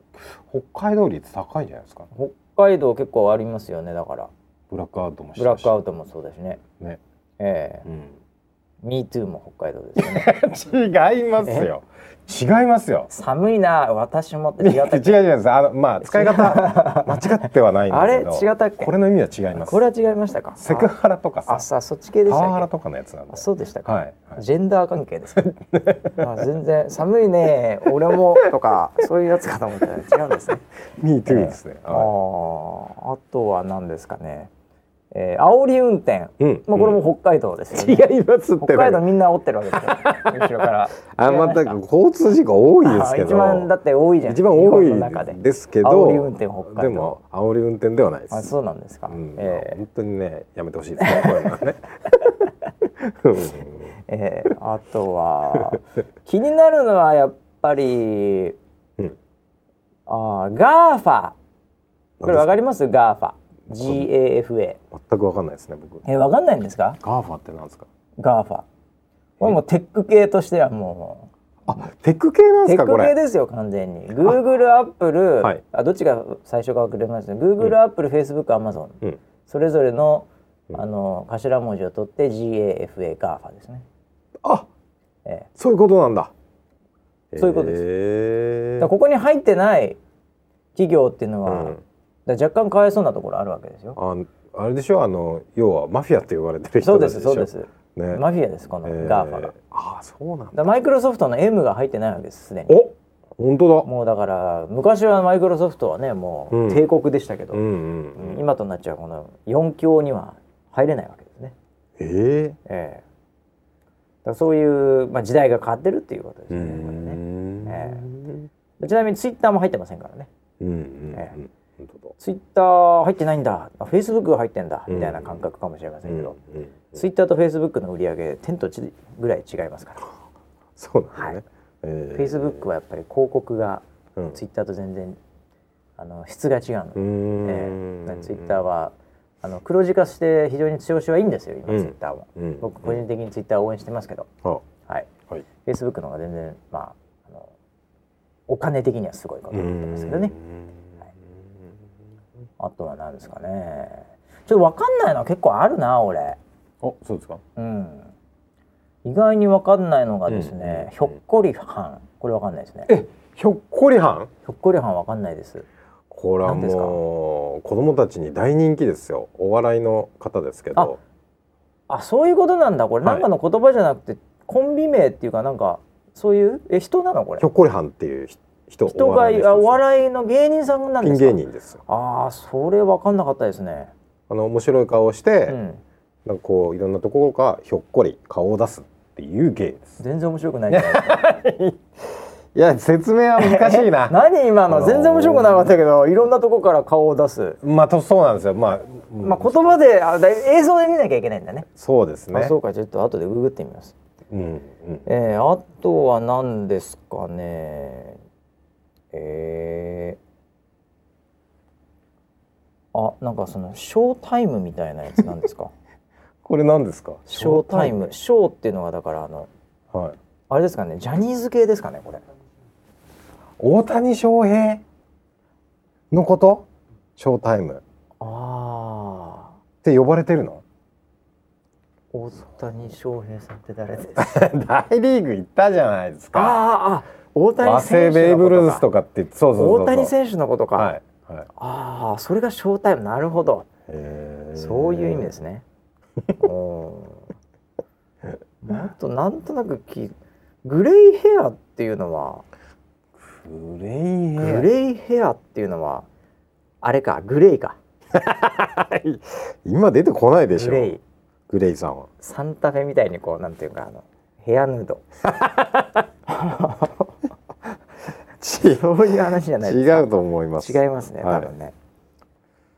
Speaker 2: 北海道率高いんじゃないですか。
Speaker 1: 北海道結構ありますよねだから
Speaker 2: ブラックアウトもし
Speaker 1: ブラ
Speaker 2: た
Speaker 1: ッ
Speaker 2: し
Speaker 1: クアウトもそうだしね、
Speaker 2: ね。
Speaker 1: ええ
Speaker 2: うん。
Speaker 1: MeToo も北海道ですよね (laughs)
Speaker 2: 違いますよ違いますよ
Speaker 1: 寒いな私もって違
Speaker 2: 違
Speaker 1: ったっ
Speaker 2: う
Speaker 1: け
Speaker 2: 違う違うあのまあ使い方間違っては (laughs) ないんだ
Speaker 1: あれ
Speaker 2: けど
Speaker 1: 違ったっけ
Speaker 2: これの意味は違います
Speaker 1: これは違いましたか
Speaker 2: セクハラとか
Speaker 1: あ
Speaker 2: さ
Speaker 1: あさあそっち系で
Speaker 2: パ
Speaker 1: した
Speaker 2: ワハ
Speaker 1: っ
Speaker 2: ラ
Speaker 1: け
Speaker 2: とかのやつなん
Speaker 1: あ
Speaker 2: だよ
Speaker 1: そうでしたか、
Speaker 2: はいはい
Speaker 1: ジェンダー関係
Speaker 2: (laughs)
Speaker 1: ですかあ全然寒いね俺もとかそういうやつかと思ったら違うん
Speaker 2: (laughs)
Speaker 1: ですね
Speaker 2: Me too ですね
Speaker 1: あ
Speaker 2: は
Speaker 1: ーあとは何ですかねえー、煽り運転、
Speaker 2: いうん
Speaker 1: まあ、これも北海道ですよね、
Speaker 2: 違いますって
Speaker 1: 北海道
Speaker 2: なんか
Speaker 1: みんな煽ってるわけですよ後ろから
Speaker 2: あまた交通事故多いですけ
Speaker 1: あ一番だ
Speaker 2: ど
Speaker 1: って多いじゃん
Speaker 2: 一番
Speaker 1: 日
Speaker 2: 多
Speaker 1: 本の中で
Speaker 2: いですけど
Speaker 1: 煽り運転北海道
Speaker 2: でも煽り運転ではないです
Speaker 1: あそうなんですか、
Speaker 2: うん
Speaker 1: えー
Speaker 2: 本当にねやめてほしいですねこういうのはねうん
Speaker 1: えーあと
Speaker 2: (laughs)
Speaker 1: は気になるのはやっぱり、
Speaker 2: うん
Speaker 1: あーガーファこれわかりますガーファ GAFA
Speaker 2: 全くわかんないですね僕
Speaker 1: えー、わかんないんですか
Speaker 2: ガーファってなんですか
Speaker 1: ガーファこれもうテック系としてはも
Speaker 2: あテック系なん
Speaker 1: うテ
Speaker 2: です
Speaker 1: ッ
Speaker 2: か
Speaker 1: ク
Speaker 2: こ
Speaker 1: 系
Speaker 2: れ
Speaker 1: ですよ完全に Google アップル、
Speaker 2: はい
Speaker 1: あどっちが最初か分かりません Google アップル Facebook アマゾン
Speaker 2: うん
Speaker 1: それぞれの
Speaker 2: うん
Speaker 1: あの頭文字を取って GAFA ガーファですね、
Speaker 2: あ
Speaker 1: え
Speaker 2: そういうことなんだ
Speaker 1: そういうことです
Speaker 2: へ
Speaker 1: えだ
Speaker 2: ー
Speaker 1: からここに入ってない企業っていうの
Speaker 2: う
Speaker 1: は、
Speaker 2: ん
Speaker 1: だから若干かわいそうなところあるわけですよ
Speaker 2: ああれでしょあの要はマフィアって呼ばれてる
Speaker 1: そ
Speaker 2: 人
Speaker 1: うで
Speaker 2: たち
Speaker 1: す
Speaker 2: し
Speaker 1: そ
Speaker 2: ょ
Speaker 1: うです、
Speaker 2: ね
Speaker 1: マフィアですこのガーファが、
Speaker 2: えーああそうなんだ
Speaker 1: だマイクロソフトの M が入ってないわけですすでに
Speaker 2: お本当だ
Speaker 1: もうだから昔はマイクロソフトはねも
Speaker 2: うん
Speaker 1: う帝国でしたけど、
Speaker 2: うんうんうん
Speaker 1: 今となっちゃうこの4強には入れないわけですね、
Speaker 2: え
Speaker 1: ええだからそういう、まあ、時代が変わってるっていうことです
Speaker 2: えう
Speaker 1: よ
Speaker 2: ー
Speaker 1: ねこれね
Speaker 2: ん
Speaker 1: えちなみにツイッターも入ってませんからね
Speaker 2: うんうん
Speaker 1: え
Speaker 2: うん本当だ
Speaker 1: ツイッター入ってないんだフェイスブックが入ってんだみたいな感覚かもしれませんけど、
Speaker 2: うんうん
Speaker 1: ツイッターとフェイスブックの売り上げ天と地ぐらい違いますから、
Speaker 2: そうなんだね
Speaker 1: フェイスブックはやっぱり広告が
Speaker 2: ッ
Speaker 1: ツイッターと全然あの質が違うので、ええツイッターはあの黒字化して非常に調子はいいんですよ今ツイ
Speaker 2: うん
Speaker 1: ッターも、
Speaker 2: うん
Speaker 1: 僕個人的にツイッターを応援してますけど、
Speaker 2: あ
Speaker 1: はい、
Speaker 2: はい
Speaker 1: フェイスブックの方が全然まああのお金的にはすごいことになってますけどねはいあとは何ですかねちょっと分かんないのは結構あるな俺
Speaker 2: おそうですか
Speaker 1: うん意外に分かんないのがです
Speaker 2: うんうんう
Speaker 1: ね
Speaker 2: ん、
Speaker 1: ひょっこりはんこれ分かんないですねひ
Speaker 2: えひょっこりはん
Speaker 1: ょっこりはん分かんないです
Speaker 2: これは
Speaker 1: 何ですか
Speaker 2: もう子供たちに大人気ですよお笑いの方ですけど
Speaker 1: あそういうことなんだこれ、
Speaker 2: はい
Speaker 1: なんかの言葉じゃなくてコンビ名っていうかなんかそういうえ人なのこれ
Speaker 2: ひょっこりはんっていうひ人
Speaker 1: 人が
Speaker 2: い
Speaker 1: あお笑いの芸人さんなん
Speaker 2: ピ
Speaker 1: で
Speaker 2: ン
Speaker 1: すか
Speaker 2: 芸人ですよ
Speaker 1: ああそれ分かんなかったですね、
Speaker 2: あの面白い顔をして、
Speaker 1: うん、
Speaker 2: なんかこういろんなところからひょっこり顔を出すっていう芸です
Speaker 1: 全然面白くないじゃないですか
Speaker 2: いや説明は難しい (laughs) な
Speaker 1: 何今の全然面白くなかったけ (laughs) どいろんなとこから顔を出す
Speaker 2: まあとそうなんですよまあ、うん
Speaker 1: まあ言葉であだ映像で見なきゃいけないんだね
Speaker 2: そうですね
Speaker 1: あそうかちょっと後でググってみます
Speaker 2: うんうん
Speaker 1: えー、あとは何ですかねえー、あなんかそのショータイムみたいなやつなんです (laughs) か
Speaker 2: これ何ですか
Speaker 1: ショータイムショーっていうのがだからあの
Speaker 2: はい
Speaker 1: あれですかねジャニーズ系ですかねこれ
Speaker 2: 大谷翔平のことショータイムっ
Speaker 1: ああ
Speaker 2: て呼ばれてる
Speaker 1: (laughs)
Speaker 2: の
Speaker 1: 大谷翔平さんって誰です
Speaker 2: 大リーグ行ったじゃないですか
Speaker 1: ああ大
Speaker 2: 和
Speaker 1: 谷
Speaker 2: 製
Speaker 1: 選手
Speaker 2: ベイ
Speaker 1: の
Speaker 2: ブ
Speaker 1: こ
Speaker 2: ル
Speaker 1: と
Speaker 2: ー
Speaker 1: か
Speaker 2: スとかってそうそうそうそう
Speaker 1: 大谷選手のことか、
Speaker 2: はいはい
Speaker 1: ああそれがショータイムなるほど
Speaker 2: へー
Speaker 1: そういう意味です
Speaker 2: (laughs)
Speaker 1: ね。おーまああとなんとなくきグレイヘアっていうのは
Speaker 2: グレイヘア
Speaker 1: グレイヘアっていうのはあれかグレイか
Speaker 2: 今出てこないでしょ
Speaker 1: グレイ
Speaker 2: グレイさんは
Speaker 1: サンタフェみたいにこうなんていうかあのヘアヌードそういう話じゃないです
Speaker 2: (laughs) 違うと思います
Speaker 1: 違いますね
Speaker 2: は
Speaker 1: 多
Speaker 2: い
Speaker 1: 分ね、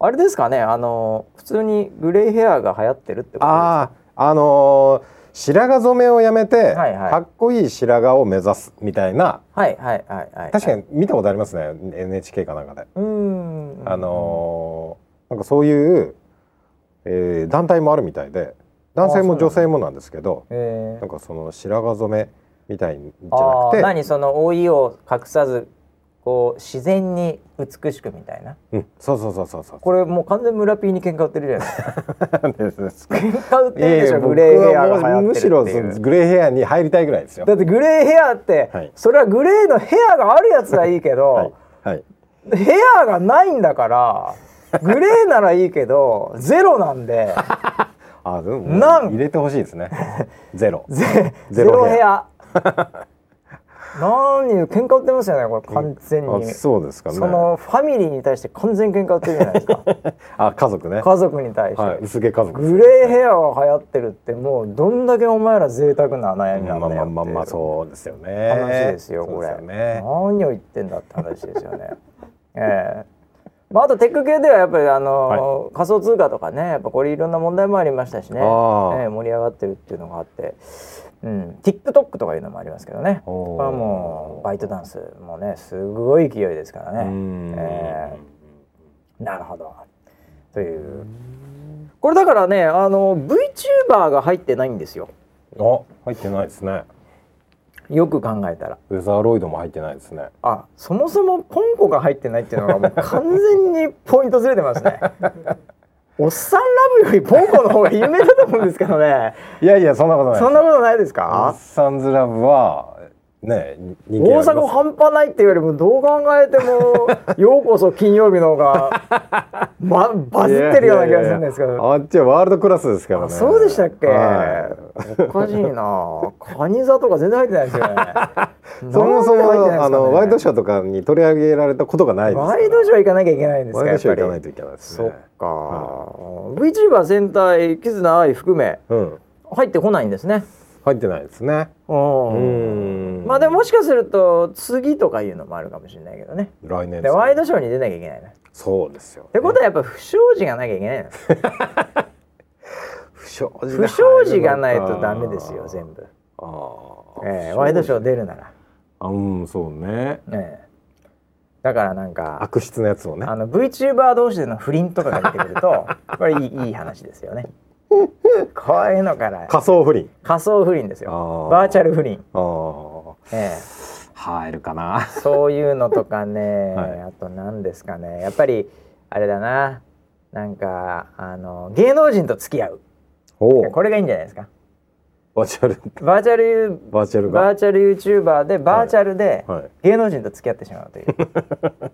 Speaker 1: あれですかねあの普通にグレイヘアが流行ってるってことですか
Speaker 2: あああのー白髪染めをやめて、
Speaker 1: はいはい
Speaker 2: かっこいい白髪を目指すみたいな
Speaker 1: はいはいはいはい
Speaker 2: 確か
Speaker 1: に
Speaker 2: に見たことありますね NHK かなんかで、
Speaker 1: うーん
Speaker 2: あのーなんかそういう、えー団体もあるみたいで男性
Speaker 1: あそうな
Speaker 2: も
Speaker 1: んだ
Speaker 2: 女性もなんですけど
Speaker 1: えー
Speaker 2: なんかその白髪染めみたいじゃな
Speaker 1: あー
Speaker 2: くて
Speaker 1: 何その老いを隠さずこう自然に美しくみたいな
Speaker 2: うん、そうそうそうそうそう。
Speaker 1: これもう完全に村ピーに喧嘩売ってるじゃない
Speaker 2: (laughs)
Speaker 1: ですか
Speaker 2: なんですです。
Speaker 1: 喧嘩売ってる
Speaker 2: え
Speaker 1: でし
Speaker 2: え、
Speaker 1: ょ
Speaker 2: 僕
Speaker 1: グレーヘアが流
Speaker 2: はもう
Speaker 1: 行っ
Speaker 2: む
Speaker 1: て
Speaker 2: し
Speaker 1: るっ
Speaker 2: ろ
Speaker 1: て
Speaker 2: そ
Speaker 1: いう
Speaker 2: のグレーヘアに入りたいぐらいですよ。
Speaker 1: だってグレーヘアって、
Speaker 2: はい
Speaker 1: それはグレーのヘアがあるやつはいいけど、
Speaker 2: はい。はい。
Speaker 1: ヘアがないんだからグレーならいいけどゼロなんで
Speaker 2: あ、でも
Speaker 1: なん
Speaker 2: 入れてほし
Speaker 1: (laughs)
Speaker 2: いですね。 (laughs) ゼロ。
Speaker 1: ゼ
Speaker 2: ゼ
Speaker 1: ゼ
Speaker 2: ロ
Speaker 1: ロ
Speaker 2: ヘ
Speaker 1: ヘア何喧嘩売ってますよねこれ完全に、
Speaker 2: あ、そうですかね。
Speaker 1: そのファミリーに対して完全に喧嘩売ってるじゃないですか
Speaker 2: (laughs) あ、家族ね。
Speaker 1: 家族に対して、
Speaker 2: はい、薄毛家族ですね。
Speaker 1: グレーヘアが流行ってるってもうどんだけお前ら贅沢な悩み
Speaker 2: ま
Speaker 1: な
Speaker 2: あ
Speaker 1: んだよっていう
Speaker 2: まあまあまあまあそうですよね。
Speaker 1: 話ですよ、
Speaker 2: そう
Speaker 1: こ
Speaker 2: で
Speaker 1: れ
Speaker 2: すよね。
Speaker 1: 何を言ってんだって話ですよねええまあ、あとテック系ではやっぱりあの、仮想通貨とかねやっぱこれいろんな問題もありましたしね、え
Speaker 2: あー
Speaker 1: え盛り上がってるっていうのがあって、うん、TikTok とかいうのもありますけどね
Speaker 2: おー
Speaker 1: これはもうバイトダンスもねすごい勢いですから
Speaker 2: う
Speaker 1: ね、
Speaker 2: ん
Speaker 1: ええなるほどというこれだからねあの VTuber が入ってないんですよ
Speaker 2: あ、入ってないですね。
Speaker 1: よく考えたら。
Speaker 2: ウェザーロイドも入ってないですね。
Speaker 1: あそもそもポンコが入ってないっていうのが
Speaker 2: (laughs)
Speaker 1: もう完全にポイントずれてますねおっさんラブよりポンコの方が有名だと思うんですけどね
Speaker 2: いやいやそんなことないです。
Speaker 1: そんなことないです
Speaker 2: おっ
Speaker 1: か
Speaker 2: さんずラブはね人
Speaker 1: 大
Speaker 2: 気あります
Speaker 1: 阪半端ないっていうよりもどう考えても「ようこそ金曜日」の方が、
Speaker 2: (laughs)
Speaker 1: ま、バズってるような気がするんですけ
Speaker 2: いやいやい
Speaker 1: ど。
Speaker 2: やあっちはワールドクラスですから
Speaker 1: あ
Speaker 2: ね
Speaker 1: そうでしたっけ、
Speaker 2: はい
Speaker 1: おかしいなカニ座とか全然入ってないですよ (laughs) ね
Speaker 2: そもそも、
Speaker 1: なんで入ってないんですかね
Speaker 2: あのワイドショーとかに取り上げられたことがないですから
Speaker 1: ワイドショー行かなきゃいけないんですか
Speaker 2: ワイドショー
Speaker 1: やっぱ
Speaker 2: 行かない
Speaker 1: り
Speaker 2: といけないです
Speaker 1: そ
Speaker 2: ね
Speaker 1: っか、VTuber 全体キズナアイ含め
Speaker 2: うん
Speaker 1: 入ってこないんですね
Speaker 2: 入ってないですね
Speaker 1: う
Speaker 2: うんん
Speaker 1: まあでももしかすると次とかいうのもあるかもしれないけどね
Speaker 2: 来年
Speaker 1: で
Speaker 2: すね
Speaker 1: ワイドショーに出なきゃいけないなっ
Speaker 2: そうですよ
Speaker 1: てことはやっぱ不祥事がなきゃいけないの
Speaker 2: 不祥事
Speaker 1: 不
Speaker 2: が入るのか
Speaker 1: 祥事がないとダメですよ全部、
Speaker 2: あー
Speaker 1: ええワイドショー出るなら、
Speaker 2: あうんそうね
Speaker 1: ええだからなんか
Speaker 2: 悪質なやつをね
Speaker 1: あの VTuber 同士での不倫とかが出てくる
Speaker 2: (laughs)
Speaker 1: とこれいいいい話ですよねこういうのから
Speaker 2: 仮想不倫
Speaker 1: 仮想不倫ですよ
Speaker 2: あ
Speaker 1: バーチャ
Speaker 2: ル
Speaker 1: ル不倫
Speaker 2: あー (laughs)
Speaker 1: ええ
Speaker 2: 入るかな
Speaker 1: そういうのとかね、
Speaker 2: はい
Speaker 1: あと何ですかねやっぱりあれだななんかあの芸能人と付き合う
Speaker 2: おお
Speaker 1: これがいいんじゃないですか
Speaker 2: バーチャル
Speaker 1: バーチャル
Speaker 2: バーチャルが
Speaker 1: バーチャル YouTuber でバーチャルで
Speaker 2: はい
Speaker 1: 芸能人と付き合ってしまうと
Speaker 2: (laughs)
Speaker 1: いう、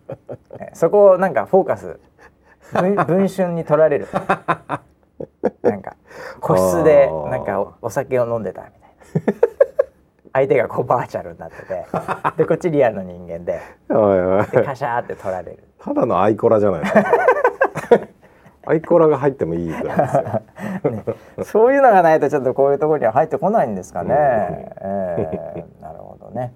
Speaker 1: えそこをなんかフォーカス
Speaker 2: (laughs)
Speaker 1: 文文春に取られるなんか個室で
Speaker 2: あー
Speaker 1: なんかおお酒を飲んでたみたいな相手がこうバーチャルになっててでこっちリアルの人間で
Speaker 2: はいはい
Speaker 1: でカシャーって取られる
Speaker 2: ただのアイコラじゃないです
Speaker 1: (laughs)
Speaker 2: かアイコラが入ってもいいぐらいですよ
Speaker 1: そういうのがないとちょっとこういうところには入ってこないんですかね。
Speaker 2: うん
Speaker 1: えーなるほどね。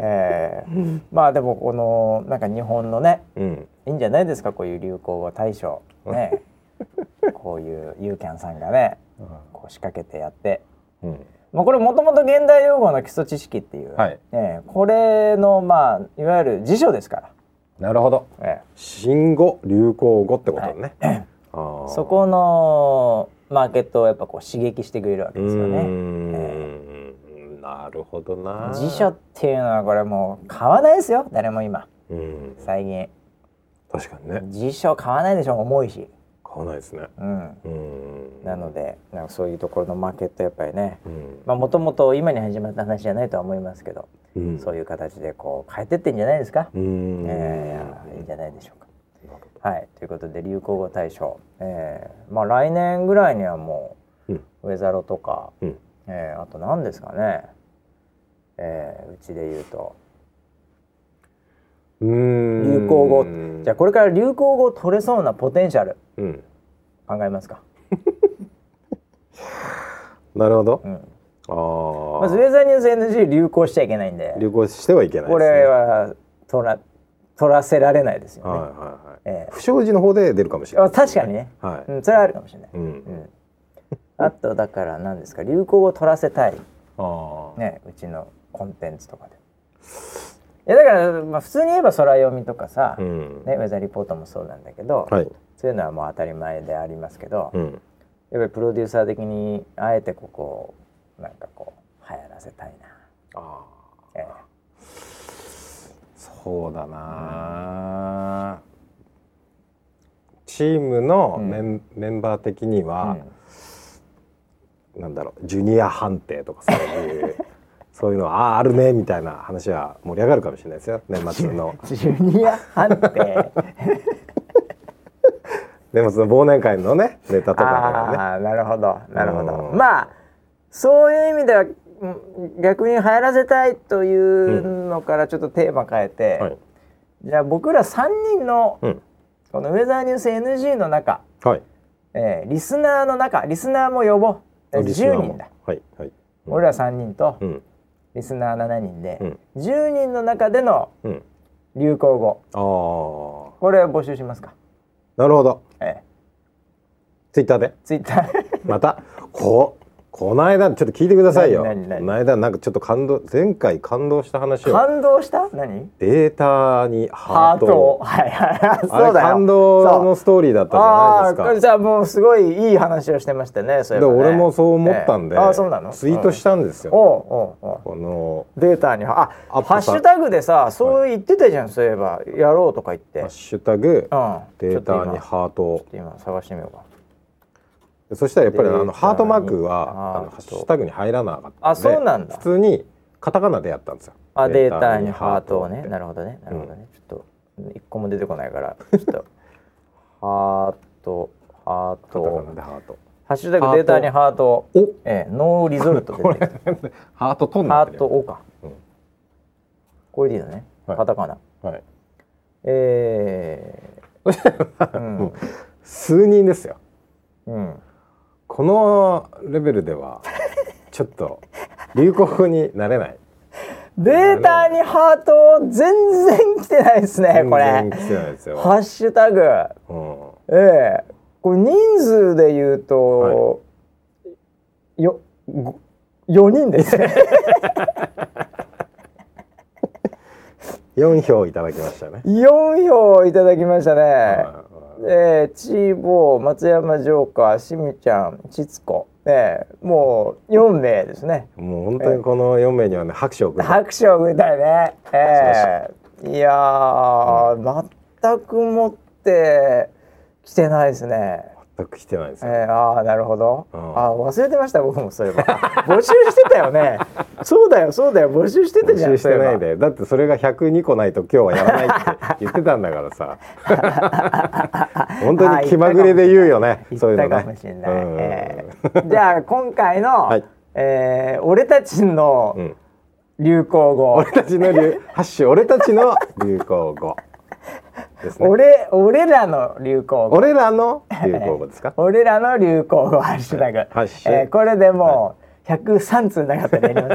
Speaker 1: えーまあでもこのなんか日本のね
Speaker 2: うん
Speaker 1: いいんじゃないですかこういう流行語大賞ねこういうユーキャンさんがねこう仕掛けてやって。
Speaker 2: うん
Speaker 1: まあ、これもともと現代用語の基礎知識っていう、
Speaker 2: はい
Speaker 1: えーこれのまあいわゆる辞書ですか
Speaker 2: なるほど
Speaker 1: ら、え
Speaker 2: 新語流行語ってことね、あ
Speaker 1: ー
Speaker 2: ー
Speaker 1: そこのマーケットをやっぱこう刺激してくれるわけ
Speaker 2: う
Speaker 1: ですよね。
Speaker 2: ーんなるほどな
Speaker 1: 辞書っていうのはこれもう買わないですよ誰も今
Speaker 2: うん
Speaker 1: 最近
Speaker 2: 確かにね
Speaker 1: 辞書買わないでしょ重いし
Speaker 2: 買わないですね
Speaker 1: うん
Speaker 2: うん
Speaker 1: なのでなんかそういうところのマーケットやっぱりね
Speaker 2: うん
Speaker 1: まあもともと今に始まった話じゃないとは思いますけど、
Speaker 2: うん
Speaker 1: そういう形でこう変えてってんじゃないですか、
Speaker 2: うん
Speaker 1: えーいいんじゃないでしょうか
Speaker 2: なるほ
Speaker 1: はいということで流行語大賞、えーまあ来年ぐらいにはもう、
Speaker 2: うん
Speaker 1: ウェザロとか、
Speaker 2: うん
Speaker 1: えーあと何ですかね、えーうちで言うと
Speaker 2: どうーん
Speaker 1: 流行語じゃあこれから流行語を取れそうなポテンシャル
Speaker 2: うん
Speaker 1: 考えますか。
Speaker 2: なるほど
Speaker 1: うん、
Speaker 2: ああ
Speaker 1: まずウェザーニュース NG 流行しちゃいけないんで、
Speaker 2: 流行してはいけないですね
Speaker 1: これは取ら取らせられないですよね。
Speaker 2: はいはいはい
Speaker 1: え
Speaker 2: 不祥事の方で出るかもし
Speaker 1: え
Speaker 2: れな
Speaker 1: あ
Speaker 2: い
Speaker 1: 確かにね、
Speaker 2: は
Speaker 1: うん、それはあるかもしれない
Speaker 2: い。うん
Speaker 1: うん、あとだから何ですか流行を取らせたい
Speaker 2: ああ
Speaker 1: ねうちのコンテンツとかで。いやだから、まあ、普通に言えば空読みとかさ、
Speaker 2: うん
Speaker 1: ね、ウェザーリポートもそうなんだけど、
Speaker 2: はい
Speaker 1: そういうのはもう当たり前でありますけど、
Speaker 2: うん
Speaker 1: やっぱりプロデューサー的にあえてここをなんかこう流行らせたいな、
Speaker 2: ああ
Speaker 1: ええ
Speaker 2: そうだな、チームのメン,、メンバー的には、なんだろうジュニア判定とかそういう (laughs) そういうのはあーあるねみたいな話は盛り上がるかもしれないですよ年末 (laughs) の
Speaker 1: (laughs) ジュニア判定
Speaker 2: 年末の忘年会のねネタとかではね
Speaker 1: ああなるほどなるほど、
Speaker 2: うん
Speaker 1: まあそういう意味ではうん逆に流行らせたいというのからちょっとテーマ変えて、
Speaker 2: はい
Speaker 1: じゃあ僕ら3人の
Speaker 2: うん
Speaker 1: このウェザーニュース NG の中、
Speaker 2: はい
Speaker 1: えーリスナーの中リスナーも呼ぼうえー
Speaker 2: リスナ
Speaker 1: 10
Speaker 2: ーも
Speaker 1: 人だ、
Speaker 2: はいはいうん
Speaker 1: 俺ら3人と
Speaker 2: うん
Speaker 1: リスナー7人で、
Speaker 2: うん
Speaker 1: 10人の中での
Speaker 2: うん
Speaker 1: 流行語
Speaker 2: ああ
Speaker 1: これ募集しますか、
Speaker 2: なるほど
Speaker 1: え
Speaker 2: ツイッターで
Speaker 1: ー、ツイッター
Speaker 2: またここの間ちょっと聞いてくださいよこ
Speaker 1: 何何何
Speaker 2: の間なんかちょっと感動前回感動した話を
Speaker 1: 感動した何
Speaker 2: データにハ
Speaker 1: ハ
Speaker 2: ー
Speaker 1: ー
Speaker 2: ト
Speaker 1: ト
Speaker 2: を
Speaker 1: をはいはい (laughs)
Speaker 2: あれ
Speaker 1: そうだよ
Speaker 2: 感動のストーリーだったじゃ
Speaker 1: あ
Speaker 2: な
Speaker 1: あ
Speaker 2: い
Speaker 1: ーこ
Speaker 2: で
Speaker 1: れ
Speaker 2: すか
Speaker 1: じゃあもうすごいいい話をしてましたねそれ
Speaker 2: で俺もそう思ったんで、
Speaker 1: ああそうなの
Speaker 2: ツイートしたんです
Speaker 1: うんお
Speaker 2: よ、
Speaker 1: うおうおう
Speaker 2: この
Speaker 1: データにあ
Speaker 2: アップさ
Speaker 1: ハッシュタグでさそう言ってたじゃん、そういえばやろうとか言って
Speaker 2: ハッシュタグ
Speaker 1: うん
Speaker 2: データに
Speaker 1: ちょっ
Speaker 2: ハートを
Speaker 1: と今ちょっと今探してみようか
Speaker 2: そしたらやっぱりあ
Speaker 1: デー
Speaker 2: の
Speaker 1: タに
Speaker 2: ハートマークは
Speaker 1: ハート
Speaker 2: あのハッシュタグに入らなかったんで
Speaker 1: あそうなんだ
Speaker 2: 普通にカタカナでやったんですよ
Speaker 1: あデータにハートをね
Speaker 2: データにハ
Speaker 1: な
Speaker 2: ート
Speaker 1: るほどねなるほどね、ちょっと一個も出てこないからちょっと (laughs) ハートハー
Speaker 2: カタカ
Speaker 1: ト
Speaker 2: ナでハート
Speaker 1: ハッシュタグデータにハートを
Speaker 2: お
Speaker 1: ええノーリゾルトで
Speaker 2: これハート飛ん
Speaker 1: ハ
Speaker 2: だ
Speaker 1: ートをか、
Speaker 2: うん
Speaker 1: これでいいのね、
Speaker 2: はい
Speaker 1: カタカナ
Speaker 2: はい
Speaker 1: え
Speaker 2: (laughs)
Speaker 1: ー、うん、
Speaker 2: 数人ですよ
Speaker 1: うん、
Speaker 2: このレベル
Speaker 1: (laughs)
Speaker 2: ではちょっと流行語になれない
Speaker 1: データにハート全然来てないですねこれ
Speaker 2: 全然来てないですよ、
Speaker 1: ハッシュタグ
Speaker 2: うん
Speaker 1: ええこれ人数で言うと、よご4人ですね
Speaker 2: (laughs) 4票いただきましたね。
Speaker 1: 4票いただきましたね、
Speaker 2: はい
Speaker 1: えー、チーボー松山ジョーカーしみちゃんちつこねえもう4名ですね
Speaker 2: もう本当にこの4名にはね拍手を送る。
Speaker 1: 拍手を送りたいね。ええいやー、全くもって来てないですね。
Speaker 2: 全く来てないです
Speaker 1: え
Speaker 2: よ。
Speaker 1: えああなるほど。
Speaker 2: うん
Speaker 1: あー忘れてました僕もそういえば。 (laughs) 募集してたよね。そうだよそうだよ募集してた
Speaker 2: 募
Speaker 1: じゃん。
Speaker 2: 集してな
Speaker 1: そう
Speaker 2: い
Speaker 1: え
Speaker 2: で。だってそれが102個ないと今日はやらないって言ってたんだからさ。
Speaker 1: (laughs)
Speaker 2: 本当に気まぐれで言うよね。
Speaker 1: ば
Speaker 2: そういう
Speaker 1: 言
Speaker 2: の
Speaker 1: ったかもしれ
Speaker 2: ね。
Speaker 1: ない。
Speaker 2: うん
Speaker 1: ええじゃあ今回の、
Speaker 2: はい
Speaker 1: ええ俺たち
Speaker 2: う
Speaker 1: の
Speaker 2: ん
Speaker 1: 流行語。
Speaker 2: 俺たちの流、ハッシュ俺たちの流行語ですね。
Speaker 1: 俺俺らの流行語。。
Speaker 2: (laughs) 俺らの流行語ですか
Speaker 1: 俺らの流行語ハッシュタグ、
Speaker 2: ハッシュ
Speaker 1: えーこれでもう103通なかったらやりま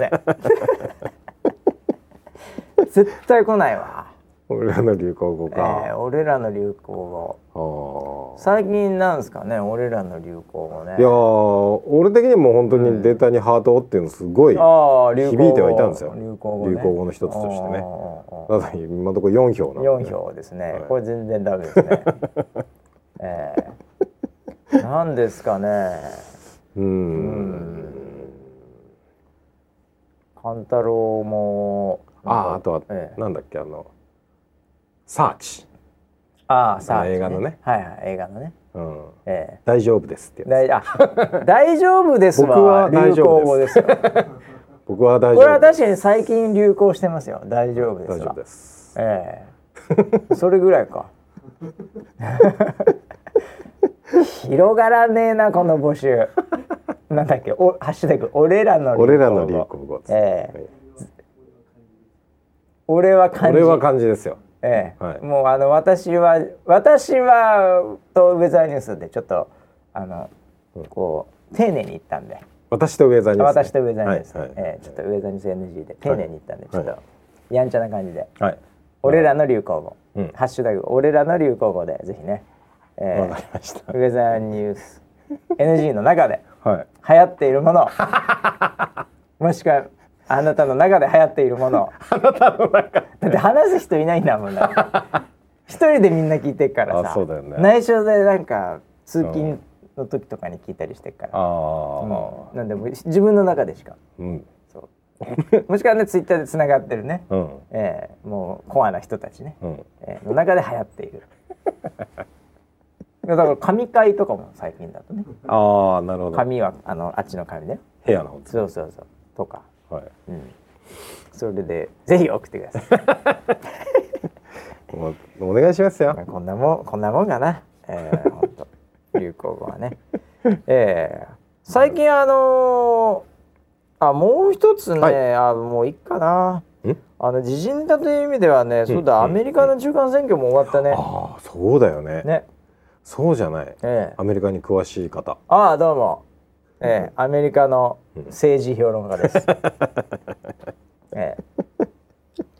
Speaker 2: (laughs)
Speaker 1: せん絶対来ないわ、
Speaker 2: (laughs) 俺らの流行語
Speaker 1: え
Speaker 2: か。
Speaker 1: ー俺らの流行語
Speaker 2: あー
Speaker 1: 最近なんですかね俺らの流行語ね
Speaker 2: いやー俺的にも本当にデータにハートをっていうのすごい、
Speaker 1: ああ流行語
Speaker 2: 響いてはいたんですよ
Speaker 1: 流行語、ね、
Speaker 2: 流行語の一つとしてね
Speaker 1: あー
Speaker 2: ただ今のところ4票なの
Speaker 1: 4
Speaker 2: で
Speaker 1: 票ですね、
Speaker 2: はい
Speaker 1: これ全然ダメです
Speaker 2: (laughs)
Speaker 1: ねえー、なんですかね
Speaker 2: うん
Speaker 1: 勘太郎も
Speaker 2: あああとは、
Speaker 1: ええ
Speaker 2: なんだっけあのサーチ、
Speaker 1: ああさあ、
Speaker 2: 映画のね
Speaker 1: はいはい映画のね
Speaker 2: うん、
Speaker 1: え
Speaker 2: 大丈夫ですって
Speaker 1: え
Speaker 2: やつ
Speaker 1: 大あ (laughs) 大丈夫です
Speaker 2: 僕は
Speaker 1: は
Speaker 2: 大
Speaker 1: 流
Speaker 2: 丈
Speaker 1: 行
Speaker 2: 夫
Speaker 1: 語
Speaker 2: で
Speaker 1: ですすよこ
Speaker 2: 僕は大
Speaker 1: れは
Speaker 2: 丈夫で
Speaker 1: 確
Speaker 2: す
Speaker 1: かに最近流行してますよ大丈夫ですわ
Speaker 2: 大丈夫です
Speaker 1: ええそれぐらい
Speaker 2: (laughs)
Speaker 1: か広がらねえなこの募集なんだっけおハッシュタグ俺らの流行語
Speaker 2: 俺らの流行語です、
Speaker 1: ええ
Speaker 2: はい
Speaker 1: 俺は漢字
Speaker 2: 俺は漢字ですよ
Speaker 1: ええ
Speaker 2: はい
Speaker 1: もうあの私は私はとウェザーニュースでちょっとあの、こう丁寧に言ったんで
Speaker 2: 私とウェザーニュースね、
Speaker 1: 私とウェザーニュース、
Speaker 2: はいはい
Speaker 1: えーちょっとウェザーニュース NG で丁寧に言ったんで、
Speaker 2: はい
Speaker 1: ちょっとやんちゃな感じで、
Speaker 2: はい
Speaker 1: 俺らの流行語、
Speaker 2: うん
Speaker 1: ハッシュタグ俺らの流行語でぜひね、えー
Speaker 2: わかりました
Speaker 1: ウェザーニュース NG の中で
Speaker 2: はい
Speaker 1: 流行っているも
Speaker 2: (laughs)
Speaker 1: のもしくはあなたの中で流行っているものあなたの中だって話す人いないんだ
Speaker 2: (laughs)
Speaker 1: もんだ一人でみんな聞いてっからさ
Speaker 2: あそうだよね
Speaker 1: 内緒でなんか通勤の時とかに聞いたりしてっから
Speaker 2: ああ
Speaker 1: なんでもう自分の中でしか
Speaker 2: うん
Speaker 1: そう (laughs) もしくはねツイッターでつながってるね、
Speaker 2: うん
Speaker 1: えーもうコアな人たちね、
Speaker 2: うん
Speaker 1: えーの中で流行っている (laughs) だから神会とかも最近だとね
Speaker 2: ああなるほど
Speaker 1: 神はあのあっちの神ね
Speaker 2: 部屋の方です
Speaker 1: そうそうそうとか、
Speaker 2: はい
Speaker 1: うん、それでぜひ送ってください
Speaker 2: もうお願いしますよ
Speaker 1: まあこんなもんこんなもんかなえー、ほんと流行語はねえー、最近あのーあもう一つね、
Speaker 2: はい
Speaker 1: あもういっかなんあの時事ネタという意味ではね、そうだアメリカの中間選挙も終わったね、
Speaker 2: ああそうだよね
Speaker 1: ね
Speaker 2: そうじゃない
Speaker 1: ええ
Speaker 2: アメリカに詳しい方
Speaker 1: ああどうも、ええ、アメリカの政治評論家
Speaker 2: (laughs)
Speaker 1: です。え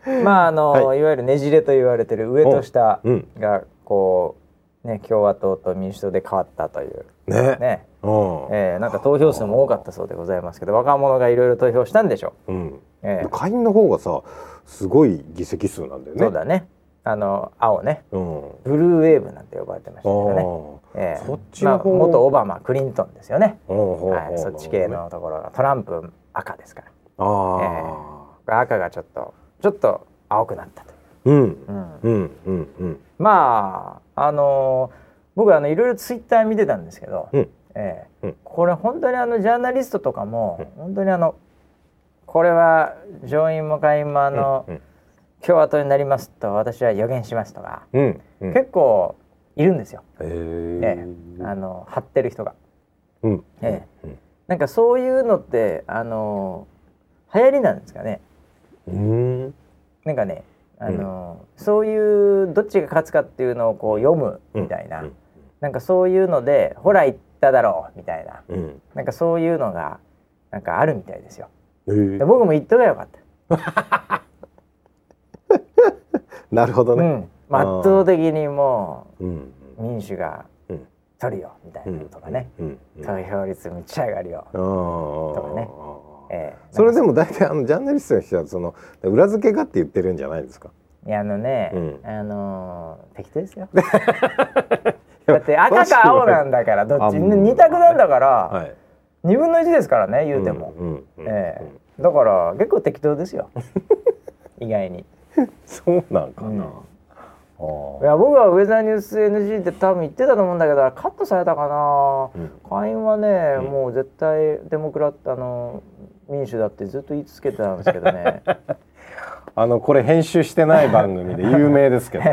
Speaker 1: え、まああの、い、わゆるねじれと言われてる上と下
Speaker 2: うん
Speaker 1: がこうね共和党と民主党で変わったという
Speaker 2: ね
Speaker 1: ね、
Speaker 2: うん
Speaker 1: ええ、なんか投票数も多かったそうでございますけど若者がいろいろ投票したんでしょ
Speaker 2: うん
Speaker 1: う。ええ、
Speaker 2: 下院の方がさすごい議席数なんだよね
Speaker 1: そうだねあの青ね
Speaker 2: うん
Speaker 1: ブルーウェーブなんて呼ばれてましたけどね。
Speaker 2: ああ
Speaker 1: ええ
Speaker 2: そっちの方
Speaker 1: まあ、元オバマクリントンですよね。は、
Speaker 2: はい
Speaker 1: そっち系のところがトランプ赤ですから。
Speaker 2: ああ
Speaker 1: 赤がちょっとちょっと青くなったと、
Speaker 2: うん
Speaker 1: うん、
Speaker 2: うんうんうん
Speaker 1: まああのー僕あのいろいろツイッター見てたんですけど、
Speaker 2: うん
Speaker 1: ええ
Speaker 2: うん
Speaker 1: これ本当にあのジャーナリストとかも、本当にあのこれは上院も下院もあの、
Speaker 2: うん
Speaker 1: 共和党になりますと私は予言しますとか、
Speaker 2: うんうん
Speaker 1: 結構いるんですよ、
Speaker 2: え
Speaker 1: ええあ
Speaker 2: え
Speaker 1: の張ってる人が。
Speaker 2: うん
Speaker 1: え
Speaker 2: え
Speaker 1: なんかそういうのってあのー流行りなんですかね。
Speaker 2: うん
Speaker 1: なんかね、あのそういうどっちが勝つかっていうのをこう読むみたいな、
Speaker 2: うん
Speaker 1: なんかそういうのでほら言っただろうみたいな
Speaker 2: うん
Speaker 1: なんかそういうのがなんかあるみたいですよ。
Speaker 2: ええ
Speaker 1: で僕も言っとけばよかった。
Speaker 2: なるほど
Speaker 1: う
Speaker 2: ね
Speaker 1: ん、圧倒的にも
Speaker 2: うん
Speaker 1: う民主が
Speaker 2: うん
Speaker 1: 取るよみたいなとかね、
Speaker 2: うんうん
Speaker 1: 投票率めっちゃ上がるよ。
Speaker 2: ああ
Speaker 1: とかねええ
Speaker 2: それでも大体あのジャーナリストの人はその裏付けがって言ってるんじゃないですか。
Speaker 1: いやあのね、
Speaker 2: うん
Speaker 1: あのー適当ですよ。だって赤か青なんだ
Speaker 2: (laughs)
Speaker 1: からどっち
Speaker 2: あもう
Speaker 1: 二択なんだから
Speaker 2: い。
Speaker 1: 二分の一ですからね言うても。
Speaker 2: うんうんうん
Speaker 1: ええ、だから結構適当です
Speaker 2: (laughs)
Speaker 1: よ意外にい
Speaker 2: そうなんか
Speaker 1: うん
Speaker 2: な。ああ。
Speaker 1: や僕はウェザーニュース NG って多分言ってたと思うんだけどカットされたかな
Speaker 2: うん
Speaker 1: 会員はね、
Speaker 2: ん
Speaker 1: もう絶対デモクラあの民主だってずっと言い続けてたんですけど
Speaker 2: (laughs)
Speaker 1: ね
Speaker 2: あのこれ編集してない番組で有名です
Speaker 1: (laughs)
Speaker 2: けど。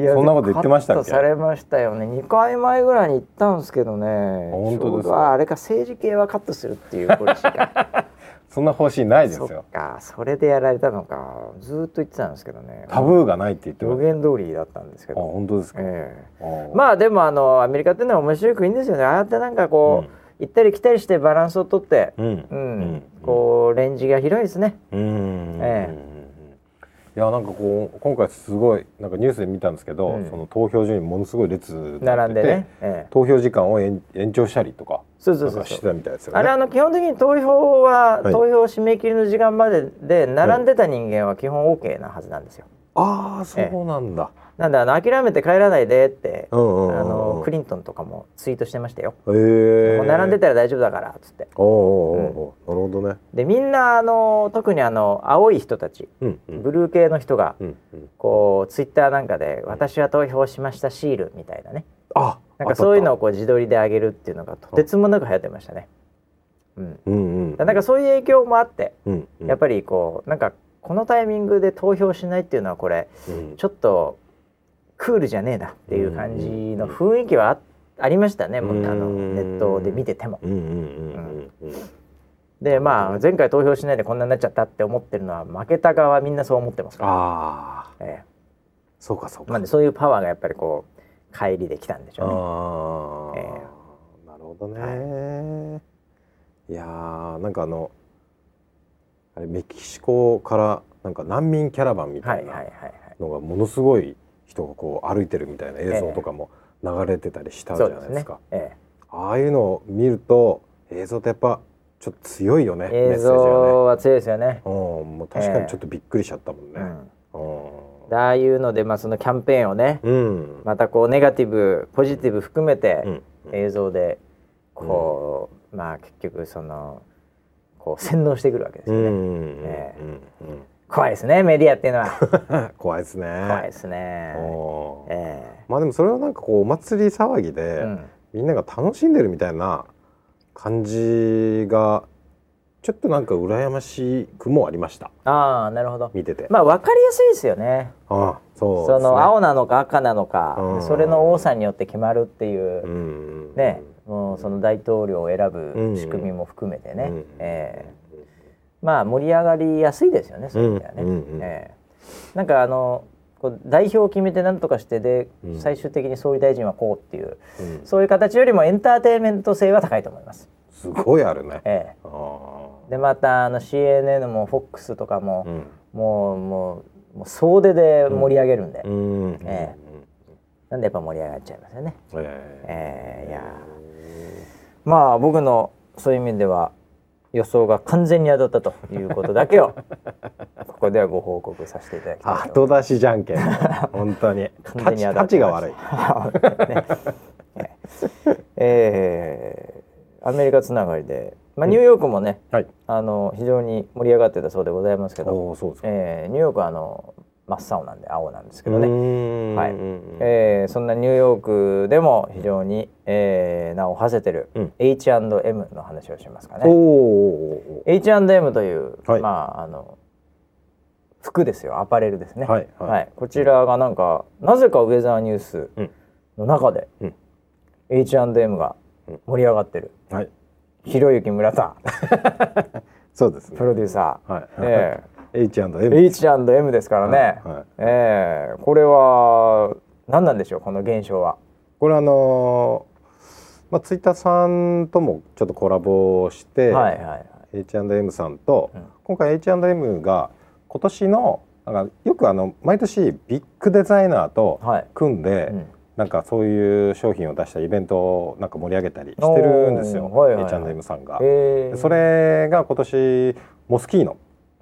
Speaker 1: いや
Speaker 2: そんなこと言ってましたっ
Speaker 1: カ
Speaker 2: け
Speaker 1: ットされましたよね2回前ぐらいに行ったんですけどね
Speaker 2: 本当ですか
Speaker 1: ちょうどああれか政治系はカットするっていうポリシーが
Speaker 2: そ (laughs) んな方針ないです
Speaker 1: そ
Speaker 2: よ
Speaker 1: っ。かそれでやられたのかずっと言ってたんですけどね
Speaker 2: タブーがないって言って
Speaker 1: 予
Speaker 2: ます。
Speaker 1: 言通りだったんですけ
Speaker 2: あ
Speaker 1: ど
Speaker 2: 本当ですか。
Speaker 1: ええ
Speaker 2: あ
Speaker 1: まあでもあのアメリカっていうのは面白い国ですよねああやってなんかこう、行ったり来たりしてバランスをとって、
Speaker 2: あ。うん
Speaker 1: う
Speaker 2: うんん。
Speaker 1: こうレンジが広いですね。
Speaker 2: うん
Speaker 1: え
Speaker 2: いやなんかこう今回すごいなんかニュースで見たんですけど、
Speaker 1: うん
Speaker 2: その投票所にものすごい列になってて
Speaker 1: 並んでね。ええ、
Speaker 2: 投票時間を延延長したりとか
Speaker 1: そうそ
Speaker 2: な
Speaker 1: うんそ
Speaker 2: か
Speaker 1: う
Speaker 2: し
Speaker 1: そ
Speaker 2: て
Speaker 1: う。
Speaker 2: たみたいですよ
Speaker 1: あれあ
Speaker 2: ね。
Speaker 1: の基本的に投票は、
Speaker 2: はい
Speaker 1: 投票締め切りの時間までで並んでた人間は基本 OK なはずなんですよ。
Speaker 2: ああそうなんだ。
Speaker 1: なんであの諦めて帰らないでって、
Speaker 2: うんうんうんうん
Speaker 1: あのクリントンとかもツイートしてましたよ。
Speaker 2: へえ。
Speaker 1: もう並んでたら大丈夫だからっつって。
Speaker 2: おうおうおうおうなるほどね。
Speaker 1: でみんなあの特にあの青い人たち
Speaker 2: うんうん
Speaker 1: ブルー系の人が
Speaker 2: うんうん。
Speaker 1: こうツイッターなんかで「私は投票しましたシール」みたいなね
Speaker 2: あ
Speaker 1: なんかそういうの
Speaker 2: あっ
Speaker 1: をこう自撮りであげるっていうのがとてつもなく流行ってましたね。うん、
Speaker 2: たあった。うんうん。
Speaker 1: なんかそういう影響もあって
Speaker 2: うんうん。
Speaker 1: やっぱりこうなんかこのタイミングで投票しないっていうのはこれ
Speaker 2: うん
Speaker 1: ちょっとクールじゃねえなっていう感じの雰囲気はあありましたねもうあの
Speaker 2: うん
Speaker 1: ネットで見てても。
Speaker 2: うんうんうんうんうん。
Speaker 1: でまあ前回投票しないでこんなになっちゃったって思ってるのは負けた側はみんなそう思ってますから。
Speaker 2: ああ
Speaker 1: え
Speaker 2: そうかそう
Speaker 1: えまあ
Speaker 2: か。
Speaker 1: ね、そういうパワーがやっぱりこう乖離できたんでしょうね。
Speaker 2: ああ
Speaker 1: え
Speaker 2: なるほどね。いやーなんかあのあれメキシコからなんか難民キャラバンみた
Speaker 1: はいいはい
Speaker 2: な
Speaker 1: はいはい。
Speaker 2: のがものすごい人がこう歩いてるみたいな映像とかも流れてたりしたじ
Speaker 1: そ
Speaker 2: ゃ
Speaker 1: う
Speaker 2: ない
Speaker 1: ね
Speaker 2: ですか。
Speaker 1: え
Speaker 2: ああいうのを見ると映像ってやっぱちょっと強いよね
Speaker 1: え
Speaker 2: メ
Speaker 1: 映
Speaker 2: ッセージがね。
Speaker 1: 像は強いですよね。
Speaker 2: うん、もう確かにちょっとびっくりしちゃったもんね
Speaker 1: う。ん
Speaker 2: う
Speaker 1: ああいうので、まあ、そのキャンペーンをね、
Speaker 2: ん。うん。
Speaker 1: またこうネガティブポジティブ含めて
Speaker 2: うん
Speaker 1: 映像でこう、まあ結局そのこう洗脳してくるわけです
Speaker 2: う
Speaker 1: よね、
Speaker 2: ん
Speaker 1: え
Speaker 2: うんうん
Speaker 1: 怖いですねメディアっていうの
Speaker 2: (laughs)
Speaker 1: は
Speaker 2: 怖いですね。
Speaker 1: 怖いですね
Speaker 2: おー
Speaker 1: え
Speaker 2: まあでもそれはなんかこうお祭り騒ぎ
Speaker 1: え
Speaker 2: で、
Speaker 1: うん
Speaker 2: みんなが楽しんでるみたいな感じがちょっとなんか羨ましくもありました
Speaker 1: ああなるほど
Speaker 2: 見てて。
Speaker 1: まあ分かりやすいですよね
Speaker 2: ああそうです
Speaker 1: そ
Speaker 2: ね
Speaker 1: の青なのか赤なのか、
Speaker 2: うん
Speaker 1: それの多さによって決まるっていう、
Speaker 2: うんうん
Speaker 1: ね、もうその大統領を選ぶ仕組みも含めてね、
Speaker 2: うん
Speaker 1: ええまあ盛り上がりやすいですよねそういう意味ではね、
Speaker 2: うんうんうん
Speaker 1: ええなんかあのこう代表を決めて何とかしてで、
Speaker 2: うん
Speaker 1: 最終的に総理大臣はこうっていう
Speaker 2: うん
Speaker 1: そういう形よりもエンターテインメント性は高いと思います。
Speaker 2: すごいあるね。
Speaker 1: え
Speaker 2: あ
Speaker 1: え
Speaker 2: あ
Speaker 1: でまたあの CNN も FOX とかも、
Speaker 2: うん
Speaker 1: もうもうもう総出で盛り上げるんで、
Speaker 2: うんうん
Speaker 1: えなんでやっぱ盛り上がっちゃいますよね。
Speaker 2: え
Speaker 1: えーいやーまあ僕のそういう意味では予想が完全に当たったということだけをここではご報告させていただき
Speaker 2: (laughs)
Speaker 1: たいと
Speaker 2: 後出しじゃ
Speaker 1: (laughs)
Speaker 2: んけん本当に
Speaker 1: 完全に当た
Speaker 2: た
Speaker 1: っ
Speaker 2: ち
Speaker 1: て
Speaker 2: が
Speaker 1: ま
Speaker 2: 悪い
Speaker 1: (laughs) えーアメリカつながりで、まあ、ニューヨークもね、
Speaker 2: はい
Speaker 1: あの非常に盛り上がってたそうでございますけど、
Speaker 2: おおそうですか
Speaker 1: えーニューヨークはあの真っ青なんで青なんですけどね、
Speaker 2: ね
Speaker 1: はいえーそんなニューヨークでも非常に、えー名を馳せてる
Speaker 2: うん
Speaker 1: H&M の話をしますかね。
Speaker 2: おーお
Speaker 1: H&M という、
Speaker 2: はい
Speaker 1: まああの服ですよアパレルですね
Speaker 2: ーおーはい
Speaker 1: はい、
Speaker 2: はい
Speaker 1: こちらがなんかなぜかウェザーニュース
Speaker 2: うん
Speaker 1: の中で、
Speaker 2: うん
Speaker 1: H&M が盛り上がってる、
Speaker 2: はい
Speaker 1: ひろゆき村田
Speaker 2: そうですね
Speaker 1: プロデューサー、
Speaker 2: はい
Speaker 1: え
Speaker 2: H&M
Speaker 1: え H&M ですからね、
Speaker 2: はいはい
Speaker 1: ええこれは何なんでしょうこの現象は
Speaker 2: これあのーまあツイッターさんともちょっとコラボして、
Speaker 1: はいはいはい
Speaker 2: H&M さんと、
Speaker 1: うん
Speaker 2: 今回 H&M が今年のなんかよくあの毎年ビッグデザイナーと
Speaker 1: はい
Speaker 2: 組んで、
Speaker 1: うん
Speaker 2: なんかそういう商品を出したイベントをなんか盛り上げたりしてるんですよ、
Speaker 1: おーはいはいはい
Speaker 2: H&M さんが。
Speaker 1: ええ
Speaker 2: それが今年モスキーノ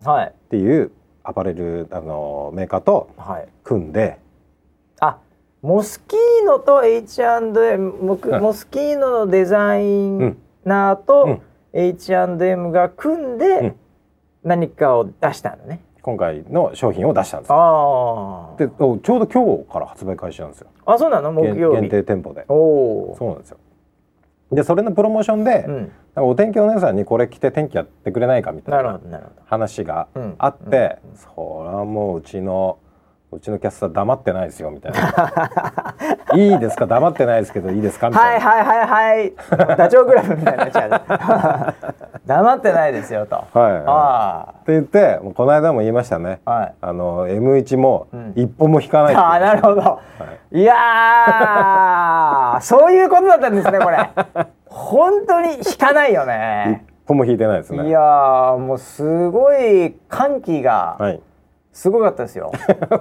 Speaker 1: はい
Speaker 2: っていうアパレルあのメーカーと
Speaker 1: はい
Speaker 2: 組んで
Speaker 1: あモスキーノと H&M モク
Speaker 2: うん
Speaker 1: モスキーノのデザイナー
Speaker 2: う
Speaker 1: と
Speaker 2: ん
Speaker 1: H&M が組んで
Speaker 2: ん
Speaker 1: 何かを出したのね。
Speaker 2: 今回の商品を出したんですよ
Speaker 1: あ
Speaker 2: でおちょうど今日から発売開始なんですよ
Speaker 1: あ。あそうなの木
Speaker 2: 限
Speaker 1: 曜
Speaker 2: 限
Speaker 1: 日。
Speaker 2: 定店舗で
Speaker 1: おお
Speaker 2: そうなんですよでそれのプロモーションで、
Speaker 1: ー。うん。
Speaker 2: なんかお天気お姉さんにこれ着て天気やってくれないかみた
Speaker 1: ないる
Speaker 2: な
Speaker 1: ほどなるほど。
Speaker 2: 話が
Speaker 1: うん
Speaker 2: あって、そりゃもううちのうちのキャスター黙ってないですよみたいな
Speaker 1: (laughs)
Speaker 2: 「いいですか黙ってないですけどいいですか?」みた
Speaker 1: はいい
Speaker 2: な。
Speaker 1: はいはいはい。ダチョウ倶楽部みたいになっちゃう。 (laughs) 黙ってないですよと。
Speaker 2: はい
Speaker 1: あ
Speaker 2: って言ってもうこの間も言いましたね、
Speaker 1: あ。はい。
Speaker 2: あの M1 も
Speaker 1: うん
Speaker 2: 一歩も引かないって
Speaker 1: ああなるほど、い、やーそういうことだったんですねこ
Speaker 2: (laughs)
Speaker 1: れ本当に引かないよね
Speaker 2: 一歩も引いてないです
Speaker 1: い
Speaker 2: ね
Speaker 1: やーもうすごい歓喜が
Speaker 2: はい (laughs)
Speaker 1: すごかったですよ、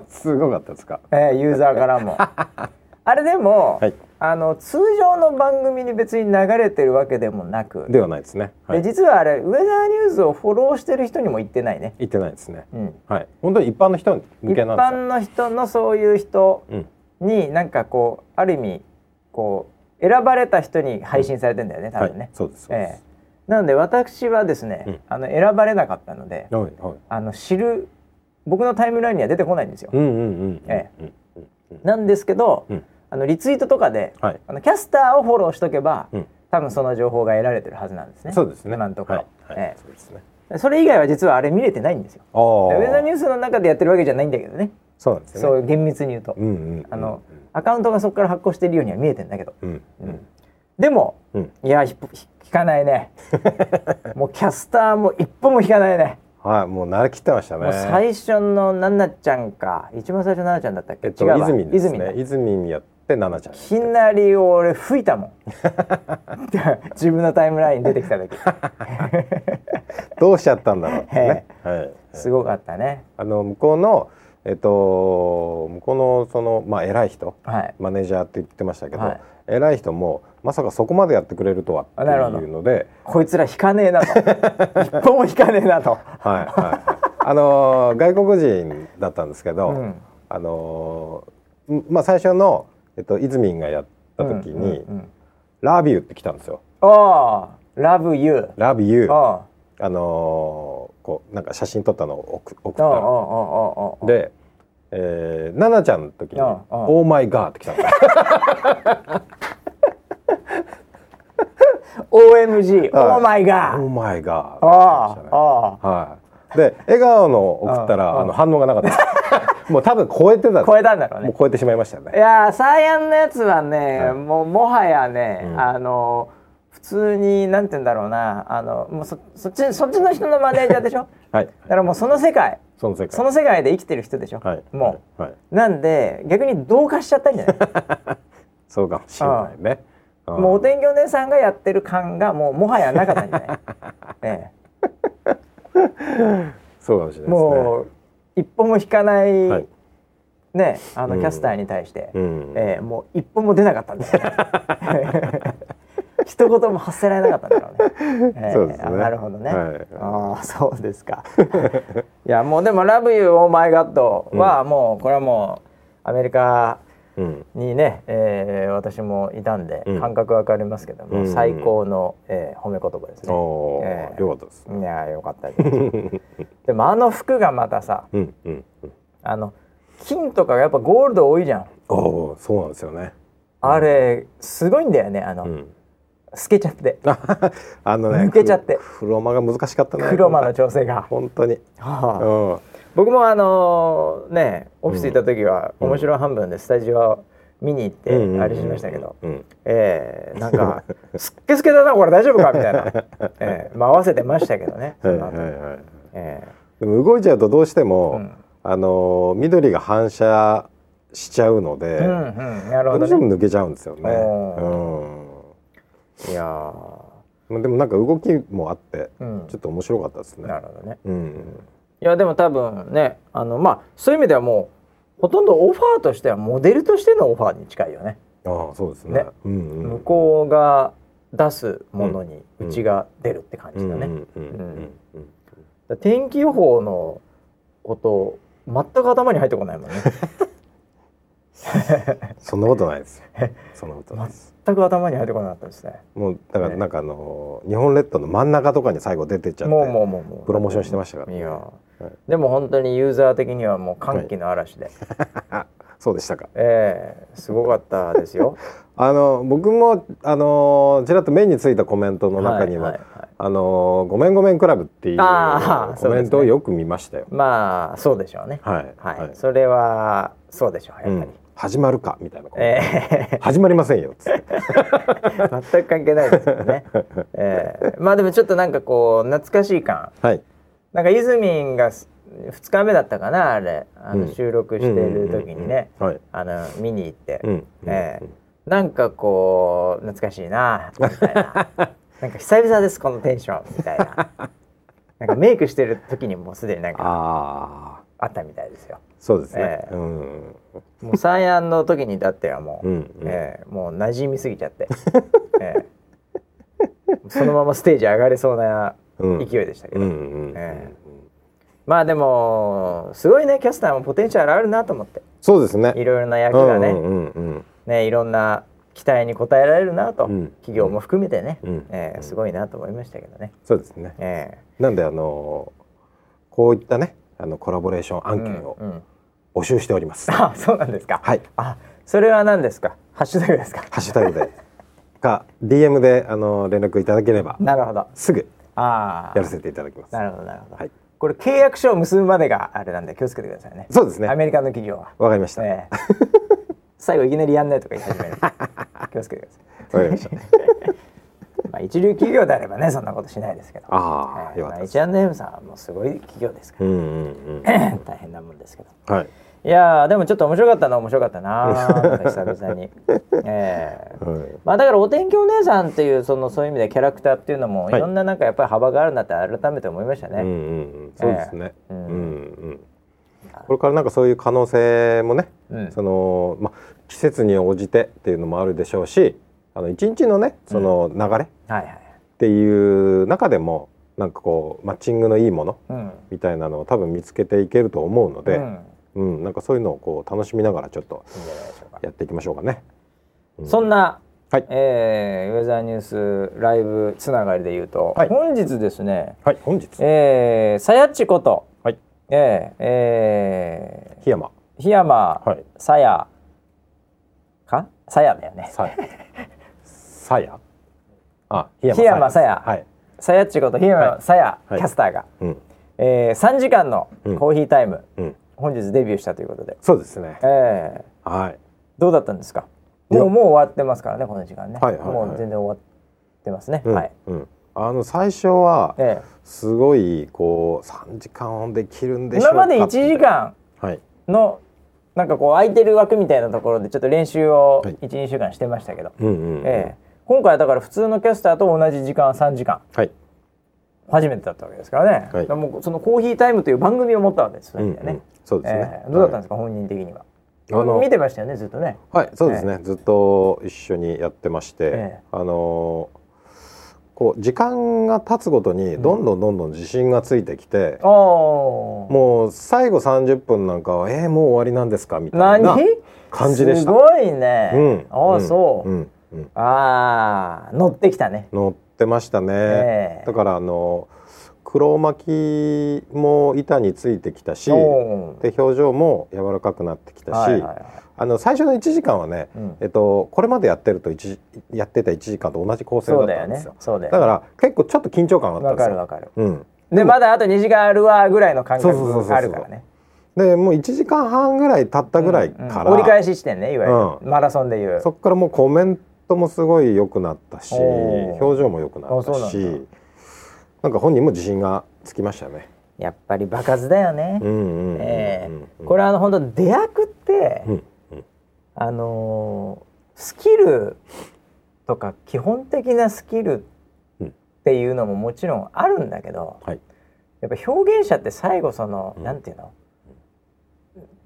Speaker 2: すごかったですか
Speaker 1: えーユーザーからも (laughs) あれでも、
Speaker 2: はい
Speaker 1: あの通常の番組に別に流れてるわけでもなくで,、
Speaker 2: ではないですね、はい、
Speaker 1: 実はあれウェザーニュースをフォローしてる人にも言ってないね、
Speaker 2: 言ってないですね、
Speaker 1: うん、
Speaker 2: はい本当に一般の人向
Speaker 1: 一
Speaker 2: けなんで
Speaker 1: 般の人のそういう人
Speaker 2: すよ、うん、
Speaker 1: になんかこうある意味こう選ばれた人に配信されてんだよね、多分
Speaker 2: はい
Speaker 1: ね、
Speaker 2: そうですそうで
Speaker 1: え
Speaker 2: す、
Speaker 1: えなので私はですね、
Speaker 2: うん
Speaker 1: あの選ばれなかったので
Speaker 2: はいはい
Speaker 1: あの知る僕のタイムラインには出てこないんですよ、
Speaker 2: うんうんうんうん
Speaker 1: え
Speaker 2: うんうんうん
Speaker 1: なんですけど、
Speaker 2: うん
Speaker 1: あのリツイートとかで
Speaker 2: はい
Speaker 1: あのキャスターをフォローしとけば、
Speaker 2: うん
Speaker 1: 多分その情報が得られてるはずなんですね
Speaker 2: そうですね
Speaker 1: 今のところ、
Speaker 2: はいはい
Speaker 1: え
Speaker 2: そうですね
Speaker 1: えそれ以外は実はあれ見れてないんですよ
Speaker 2: ああ
Speaker 1: ウェザーニュースの中でやってるわけじゃないんだけどね
Speaker 2: そうなんですよ
Speaker 1: そ
Speaker 2: ね
Speaker 1: う厳密に言うと、
Speaker 2: うんうんうん
Speaker 1: あのアカウントがそこから発行してるようには見えてんだけど
Speaker 2: うんうん
Speaker 1: でも
Speaker 2: うん
Speaker 1: いやひひ引かない
Speaker 2: (laughs)
Speaker 1: ねもうキャスターも一歩も引かないね
Speaker 2: はいもう慣れ切ってましたね
Speaker 1: もう最初のななちゃんか一番最初のななちゃんだったっけ、
Speaker 2: えっと
Speaker 1: 違うわ
Speaker 2: 泉です
Speaker 1: 泉だ
Speaker 2: ね泉にやってナナちゃん
Speaker 1: いきなり俺吹いた
Speaker 2: (laughs)
Speaker 1: もん (laughs) 自分のタイムライン出てきた時
Speaker 2: どうしちゃったんだろ
Speaker 1: (laughs)
Speaker 2: うってねはい
Speaker 1: すごかったね
Speaker 2: あの向こうのえっと向こうのそのまあ偉い人
Speaker 1: はい
Speaker 2: マネージャーって言ってましたけど、
Speaker 1: はい
Speaker 2: 偉い人もまさかそこまでやってくれるとはって
Speaker 1: あなるほど
Speaker 2: いうので、
Speaker 1: こいつら引かねえなと一歩も引かねえなと
Speaker 2: はいはいはい、 (laughs) あのー外国人だったんですけど、
Speaker 1: うん
Speaker 2: あのーんまあ最初のえっとイズミンがやった時に、
Speaker 1: うんうんうん
Speaker 2: ラビューって来たんですよ。
Speaker 1: ああ Love you
Speaker 2: ラビュー。
Speaker 1: ああ
Speaker 2: あのーこうなんか写真撮ったのを送送っ
Speaker 1: あ
Speaker 2: た
Speaker 1: あああ
Speaker 2: の
Speaker 1: ああ
Speaker 2: で、えー、ナナちゃんの時に
Speaker 1: ああ
Speaker 2: 「
Speaker 1: ああ
Speaker 2: オーマイガー」って来
Speaker 1: (laughs)
Speaker 2: たの
Speaker 1: OMG
Speaker 2: はい
Speaker 1: オーマイガ
Speaker 2: オー
Speaker 1: ー
Speaker 2: マイガ
Speaker 1: あ
Speaker 2: ー」って来ましたね
Speaker 1: ああ
Speaker 2: はいで笑顔の送った
Speaker 1: あ
Speaker 2: ら
Speaker 1: あ
Speaker 2: あの反応がなかったで
Speaker 1: (laughs)
Speaker 2: すもう多分超えてたんです
Speaker 1: 超えたんだろう
Speaker 2: も
Speaker 1: ね
Speaker 2: う超えてしまいましたよ
Speaker 1: い
Speaker 2: ね
Speaker 1: やーサイアンのやつはね、
Speaker 2: はい
Speaker 1: もうもはやね、
Speaker 2: うん
Speaker 1: あの普通になんて言うんだろうなあのもうそそっちそっちの人のマネージャーでしょ
Speaker 2: はい
Speaker 1: だからもうその世界
Speaker 2: その世界
Speaker 1: その世界で生きてる人でしょ、
Speaker 2: はい
Speaker 1: も
Speaker 2: う、はい、
Speaker 1: うなんで逆に同化しちゃったんじゃない
Speaker 2: そうかもしれないねうん
Speaker 1: もうお天気お姉さんがやってる感がもうもはやなかったんじゃ
Speaker 2: (laughs)
Speaker 1: ない、え
Speaker 2: そうか
Speaker 1: え
Speaker 2: もしれないですね
Speaker 1: もう一歩も引かない、
Speaker 2: はい
Speaker 1: ねあの
Speaker 2: うん
Speaker 1: キャスターに対して、
Speaker 2: うん
Speaker 1: ええもう一歩も出なかったんです
Speaker 2: (laughs)
Speaker 1: よね。一言も発せられなかったんだろうね。ええ
Speaker 2: そうですね
Speaker 1: あなるほどね。
Speaker 2: はい
Speaker 1: ああそうですか。いやもうでも「Love You Oh My God」はもうこれはもうアメリカ
Speaker 2: うん
Speaker 1: にね、ええ私もいたんで
Speaker 2: うん
Speaker 1: 感覚わかりますけども、
Speaker 2: うん
Speaker 1: 最高の、ええ褒め言葉ですね。
Speaker 2: お
Speaker 1: え
Speaker 2: ー
Speaker 1: え
Speaker 2: よかったです
Speaker 1: いやよかったです。 (laughs) でもあの服がまたさ
Speaker 2: うんうんうん
Speaker 1: あの金とかがやっぱゴールド多いじゃん。
Speaker 2: おおそうなんですよね
Speaker 1: あれすごいんだよねあの、
Speaker 2: うん (laughs)
Speaker 1: 透けちゃって
Speaker 2: ああのね
Speaker 1: 抜けちゃって
Speaker 2: ふ黒間が難しかったね
Speaker 1: 黒間の調整が。
Speaker 2: 本当にう
Speaker 1: はあ
Speaker 2: ん
Speaker 1: 僕もあのーねオフィス行った時は
Speaker 2: うん
Speaker 1: 面白半分でスタジオ見に行って
Speaker 2: うんうんうん
Speaker 1: あれしましたけど、
Speaker 2: うん
Speaker 1: えーなんか (laughs) すっけすけだなこれ大丈夫かみたいな、えーまあ、合わせてましたけどね。そ
Speaker 2: (laughs) はい
Speaker 1: の
Speaker 2: はい
Speaker 1: 後
Speaker 2: はい
Speaker 1: え
Speaker 2: でも動いちゃうとどうして
Speaker 1: ーう
Speaker 2: も、
Speaker 1: ん
Speaker 2: あのー緑が反射しちゃうので、
Speaker 1: うんうんなるほ
Speaker 2: どうして
Speaker 1: どね。
Speaker 2: も抜けちゃうんですよね。
Speaker 1: おいやー
Speaker 2: うんまあでもなんか動きもあって
Speaker 1: うん
Speaker 2: ちょっと面白かったですね
Speaker 1: な。るほどね。
Speaker 2: うん、
Speaker 1: いやでも多分ねあのまあそういう意味ではもうほとんどオファーとしてはモデルとしてのオファーに近いよね。
Speaker 2: ああそうですね。
Speaker 1: ね
Speaker 2: うんうん、
Speaker 1: 向こうが出すものにうちが出るって感じだね、だか
Speaker 2: うんうんうんうん
Speaker 1: ら天気予報のこと全く頭に入ってこないもん
Speaker 2: (laughs)
Speaker 1: ね
Speaker 2: そんなことな
Speaker 1: (laughs)
Speaker 2: いです。そんなことないです。
Speaker 1: 全く頭に入ってこなかったですね
Speaker 2: もうだからなんかあのー日本列島の真ん中とかに最後出てっちゃって
Speaker 1: もうもうもうもう
Speaker 2: プロモーションしてましたから、
Speaker 1: いや、
Speaker 2: い
Speaker 1: でも本当にユーザー的にはもう歓喜の嵐で、
Speaker 2: (laughs) そうでしたか。
Speaker 1: ええすごかったです
Speaker 2: (laughs)
Speaker 1: よ
Speaker 2: あの僕もあのーちらっと目についたコメントの中には、
Speaker 1: いい
Speaker 2: あのーごめんごめんクラブっていう
Speaker 1: あー
Speaker 2: コメントをよく見ましたよ。
Speaker 1: いまあそうでしょうね
Speaker 2: はい
Speaker 1: はい、それはそうでしょうやっ
Speaker 2: う
Speaker 1: ぱり
Speaker 2: ん、始まるかみたいなコメント、
Speaker 1: ええ
Speaker 2: 始まりませんよっ
Speaker 1: (laughs)
Speaker 2: つって。
Speaker 1: 全く関係ないですよ
Speaker 2: (laughs)
Speaker 1: ね、えーまあでもちょっとなんかこう懐かしい感
Speaker 2: はい。
Speaker 1: なんかゆずみんがす2日目だったかなあれあ
Speaker 2: う
Speaker 1: の
Speaker 2: ん
Speaker 1: 収録してる時にね
Speaker 2: うんうんうんうん。はい。
Speaker 1: あの見に行って、
Speaker 2: うんうん
Speaker 1: ええなんかこう懐かしいなみたい
Speaker 2: (laughs)
Speaker 1: ななんか久々ですこのテンションみたいななんかメイクしてる時にもうすでになんか
Speaker 2: ああ、
Speaker 1: あったみたいですよ
Speaker 2: そうですね
Speaker 1: え。え
Speaker 2: うん
Speaker 1: もうサイアンの時にだってはもう、
Speaker 2: うんうん。
Speaker 1: ええもう馴染みすぎちゃって、 (laughs) ええそのままステージ上がれそうな
Speaker 2: うん
Speaker 1: 勢いでしたけ
Speaker 2: う
Speaker 1: ど、
Speaker 2: んうんうん
Speaker 1: えまあでもすごいねキャスターもポテンシャルあるなと思って
Speaker 2: そうですね。
Speaker 1: いろいろな
Speaker 2: う
Speaker 1: 役が
Speaker 2: ん
Speaker 1: ね,、
Speaker 2: うんうん
Speaker 1: ねいろんな期待に応えられるなと、
Speaker 2: うん
Speaker 1: 企業も含めてね、
Speaker 2: うん
Speaker 1: ええすごいなと思いましたけどね、
Speaker 2: そうですね。
Speaker 1: え
Speaker 2: なんであのーこういったね、あのコラボレーション
Speaker 1: え
Speaker 2: 案件を
Speaker 1: うんうん (laughs)
Speaker 2: 募集しております。
Speaker 1: あそうなんですか、
Speaker 2: はい。
Speaker 1: あそれは何ですかハッシュタグですか (laughs)
Speaker 2: ハッシュタグでか DM であの連絡いただければ
Speaker 1: なるほど
Speaker 2: すぐ
Speaker 1: ああ
Speaker 2: やらせていただきます。
Speaker 1: なるほどなるほど、
Speaker 2: はい
Speaker 1: これ契約書を結ぶまでがあれなんで気をつけてくださいね
Speaker 2: そうですね
Speaker 1: ア。メリカの企業は
Speaker 2: わかりました。わ (laughs)
Speaker 1: ええ最後いきなりやんないとか言い始める気をつけてくださ
Speaker 2: か
Speaker 1: (laughs)
Speaker 2: りました。
Speaker 1: い、まあ、一流企業であればねそんなことしないですけど
Speaker 2: ああ、よか
Speaker 1: まあ、
Speaker 2: ったです。
Speaker 1: H&M さんはもうすごい企業ですか
Speaker 2: うんうんうん。
Speaker 1: ら (laughs) 大変なもんですけど
Speaker 2: はい。
Speaker 1: いやーでもちょっと面白かったな面白かったななんか久々
Speaker 2: (laughs)
Speaker 1: にええ
Speaker 2: はい。
Speaker 1: まあだからお天気お姉さんっていうそのそういう意味でキャラクターっていうのもい
Speaker 2: はい
Speaker 1: ろんななんかやっぱり幅があるなって改めて思いました
Speaker 2: うん
Speaker 1: ね、
Speaker 2: うんうん。そうですね。
Speaker 1: え
Speaker 2: う
Speaker 1: えうん
Speaker 2: んうん。これからなんかそういう可能性もね、
Speaker 1: うん
Speaker 2: そのま季節に応じてっていうのもあるでしょうし、あの一日のねその流れっ
Speaker 1: はいはい
Speaker 2: ていう中でもなんかこうマッチングのいいもの
Speaker 1: うん
Speaker 2: みたいなのを多分見つけていけると思うの
Speaker 1: う
Speaker 2: で、
Speaker 1: ん、
Speaker 2: うん、なんかそういうのをこう楽しみながらちょっと
Speaker 1: いいんじゃないでしょうか
Speaker 2: やっていきましょうかね。
Speaker 1: そんな
Speaker 2: はい
Speaker 1: えーウェザーニュースライブつながりで言うと、
Speaker 2: はい
Speaker 1: 本日ですね、
Speaker 2: はい本日
Speaker 1: えー、さやっちこと、
Speaker 2: はい
Speaker 1: えーえ
Speaker 2: 檜山
Speaker 1: ー、檜山
Speaker 2: はい
Speaker 1: さやかさやだよね。
Speaker 2: さ
Speaker 1: (laughs)
Speaker 2: やさやあ檜
Speaker 1: 檜山さや
Speaker 2: ですはい
Speaker 1: さやっちこと檜山さや、
Speaker 2: はい
Speaker 1: キャスターが、
Speaker 2: うん
Speaker 1: えー、3時間の
Speaker 2: うん
Speaker 1: コーヒータイム、
Speaker 2: うん
Speaker 1: 本日デビューしたということで、
Speaker 2: そうですね
Speaker 1: えー、
Speaker 2: はい
Speaker 1: どうだったんですか
Speaker 2: いや
Speaker 1: もうもう終わってますからねこの時間ね、
Speaker 2: はいはいはい
Speaker 1: もう全然終わってますね、
Speaker 2: うん
Speaker 1: はい、
Speaker 2: うんあの最初は
Speaker 1: え
Speaker 2: すごいこう3時間できるん
Speaker 1: え
Speaker 2: でしょう
Speaker 1: 今ま
Speaker 2: か
Speaker 1: で1時間
Speaker 2: はい
Speaker 1: のなんかこう空いてる枠みたいなところでちょっと練習を
Speaker 2: はい
Speaker 1: 12、2週間してましたけど、
Speaker 2: うんうんうん
Speaker 1: ええ今回はだから普通のキャスターと同じ時間3時間
Speaker 2: はい
Speaker 1: 初めてだったわけですからね、
Speaker 2: はい
Speaker 1: だからもうそのコーヒータイムという番組を持ったわけですよ
Speaker 2: う
Speaker 1: ね、
Speaker 2: んうんそうですね
Speaker 1: ええどうだったんですか、本人的には
Speaker 2: あの
Speaker 1: 見てましたよねずっとね
Speaker 2: はい、そうですね、ずっと一緒にやってまして、
Speaker 1: ええ
Speaker 2: あのーこう時間が経つごとにどんどんどんどん自信がついてきて、
Speaker 1: ああ
Speaker 2: もう最後30分なんかは「えー、もう終わりなんですか?」みたいな
Speaker 1: 何
Speaker 2: 感じでした。
Speaker 1: すごいね、
Speaker 2: うん、
Speaker 1: ああ、
Speaker 2: ん
Speaker 1: そう、
Speaker 2: んうん
Speaker 1: ああ乗ってきたね。
Speaker 2: 乗ってましたね、
Speaker 1: ええ
Speaker 2: だからあの黒巻きも板についてきたし
Speaker 1: おー
Speaker 2: で表情も柔らかくなってきたし、
Speaker 1: はいはいは
Speaker 2: あの最初の1時間はね、
Speaker 1: いうん
Speaker 2: えっと、これまでやってると一時やってた1時間と同じ構成だ
Speaker 1: そう
Speaker 2: っ
Speaker 1: だ
Speaker 2: た
Speaker 1: よ
Speaker 2: んで
Speaker 1: ね
Speaker 2: すよ。
Speaker 1: そうだ
Speaker 2: だ
Speaker 1: よね
Speaker 2: から結構ちょっと緊張感あった
Speaker 1: わ
Speaker 2: んで
Speaker 1: か
Speaker 2: す
Speaker 1: る
Speaker 2: よ。
Speaker 1: わかる
Speaker 2: うん、
Speaker 1: でまだあと2時間あるわぐらいの感覚
Speaker 2: そうそうそうそう
Speaker 1: あるからね
Speaker 2: でもう1時間半ぐらい経ったぐらいから、
Speaker 1: うんうん折り返し地点ねいわゆ
Speaker 2: う
Speaker 1: るマラソンでいう
Speaker 2: そこからもうコメントもすごい良くなったし
Speaker 1: おー
Speaker 2: 表情も良くなっ
Speaker 1: あそうな
Speaker 2: たし
Speaker 1: ん
Speaker 2: な
Speaker 1: だ
Speaker 2: んか本人も自信がつきましたね。
Speaker 1: やっぱり場数だよね
Speaker 2: うんうんうんうん
Speaker 1: ええこ
Speaker 2: れ、
Speaker 1: れあの本当出役って
Speaker 2: うんうん
Speaker 1: あのースキルとか基本的なスキルっていうのももちろんあるんだけど、
Speaker 2: はい
Speaker 1: やっぱ表現者って最後その、
Speaker 2: うん
Speaker 1: なんていうの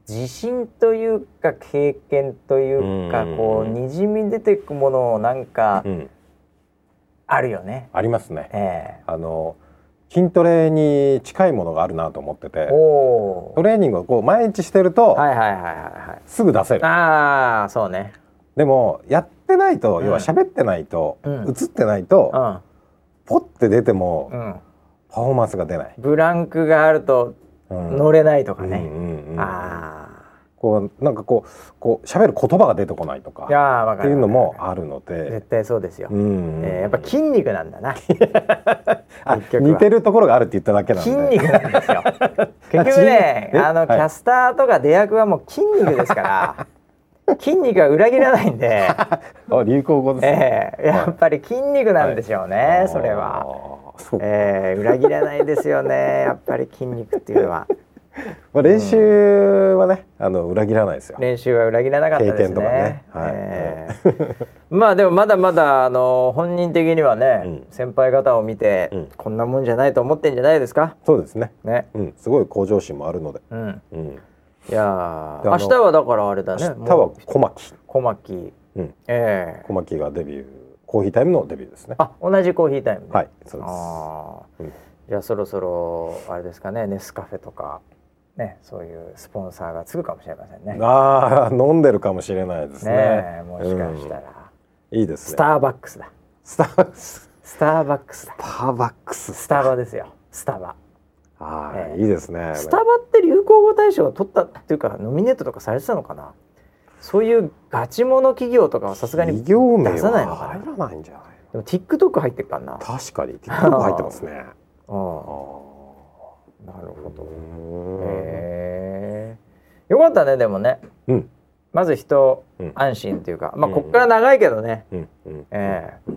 Speaker 1: 自信というか経験というか、
Speaker 2: うん
Speaker 1: こうにじみ出てくものなんか
Speaker 2: うん、
Speaker 1: あるよね。
Speaker 2: ありますね。
Speaker 1: え
Speaker 2: あの筋トレに近いものがあるなと思って
Speaker 1: え
Speaker 2: て
Speaker 1: おー
Speaker 2: トレーニングをこう毎日してると
Speaker 1: はいはいはいは
Speaker 2: すぐ出せる
Speaker 1: いはい。ああそうね。
Speaker 2: でもやってないと、
Speaker 1: うん
Speaker 2: 要は喋ってないと、
Speaker 1: うん
Speaker 2: 映ってないと、
Speaker 1: うん
Speaker 2: ポッて出ても、
Speaker 1: うん。
Speaker 2: パフォーマンスが出ない、
Speaker 1: ブランクがあると
Speaker 2: うん
Speaker 1: 乗れないとかね。
Speaker 2: うんうんうん
Speaker 1: ああ。
Speaker 2: こうなんかこうこう喋る言葉が出てこないとか
Speaker 1: いやーわ
Speaker 2: っ
Speaker 1: か
Speaker 2: て
Speaker 1: る
Speaker 2: いうのも
Speaker 1: わか
Speaker 2: あるの
Speaker 1: る
Speaker 2: で、
Speaker 1: 絶対そうですよ、
Speaker 2: うん
Speaker 1: えーやっぱ筋肉なんだな結
Speaker 2: あ
Speaker 1: 結局は
Speaker 2: 似てるところがあるって言っただけなんで
Speaker 1: 筋肉なんです
Speaker 2: (laughs)
Speaker 1: よ結局ね
Speaker 2: え
Speaker 1: あの、
Speaker 2: はい
Speaker 1: キャスターとか出役はもう筋肉ですから
Speaker 2: (laughs)
Speaker 1: 筋肉は裏切らないんで、
Speaker 2: あ流行語ですね、
Speaker 1: えーやっぱり筋肉なんでしょうね、
Speaker 2: あー
Speaker 1: それは、
Speaker 2: そう
Speaker 1: えー裏切らないですよねやっぱり筋肉っていうのは
Speaker 2: まあ、練習はねあの裏切らないですよ、
Speaker 1: 練習は裏切らなかったですね
Speaker 2: 経験とかねはい
Speaker 1: えーまあでもまだまだあの本人的にはね、
Speaker 2: うん
Speaker 1: 先輩方を見て、
Speaker 2: うん
Speaker 1: こんなもんじゃないと思ってんじゃないですか
Speaker 2: そうですね、
Speaker 1: ね
Speaker 2: うん、すごい向上心もあるので、
Speaker 1: うん
Speaker 2: うん、
Speaker 1: いやー
Speaker 2: で
Speaker 1: 明
Speaker 2: あの
Speaker 1: 日はだからあれだ
Speaker 2: 明
Speaker 1: ね
Speaker 2: 日
Speaker 1: も
Speaker 2: は
Speaker 1: う
Speaker 2: 小牧
Speaker 1: 小牧
Speaker 2: うん
Speaker 1: ええ
Speaker 2: 小牧がデビューコーヒータイムのデビューですね。
Speaker 1: あ同じコーヒータイムね
Speaker 2: はい、そうです。
Speaker 1: ああ、
Speaker 2: うん
Speaker 1: じゃあそろそろあれですかねネスカフェとかねそういうスポンサーがつくかもしれませんねね
Speaker 2: ああ飲んでるかもしれないですね。
Speaker 1: えもしかしたら、
Speaker 2: うんいいです
Speaker 1: ス
Speaker 2: ね。
Speaker 1: ターバックスだ
Speaker 2: スタース
Speaker 1: スターバックスだ
Speaker 2: ターバックス。
Speaker 1: スタバですよスタバ
Speaker 2: ああ、
Speaker 1: ええ
Speaker 2: いいですね。
Speaker 1: スタバって流行語大賞を取ったっていうかノミネートとかされてたのかなそういうガチモノ企業とかはさすがに
Speaker 2: 企業名
Speaker 1: 出さないの
Speaker 2: は
Speaker 1: かな
Speaker 2: 入らないんじゃない
Speaker 1: でも TikTok 入ってっからな
Speaker 2: の。確かに TikTok 入ってますね。
Speaker 1: (laughs) うん
Speaker 2: あ
Speaker 1: なるほ
Speaker 2: あ。う
Speaker 1: ど。
Speaker 2: ん
Speaker 1: へえ。よかったねでもね。
Speaker 2: うん
Speaker 1: まず人
Speaker 2: うん
Speaker 1: 安心っていうか、まあ
Speaker 2: うん
Speaker 1: こっから長いけどね。
Speaker 2: うんうん。
Speaker 1: ええ。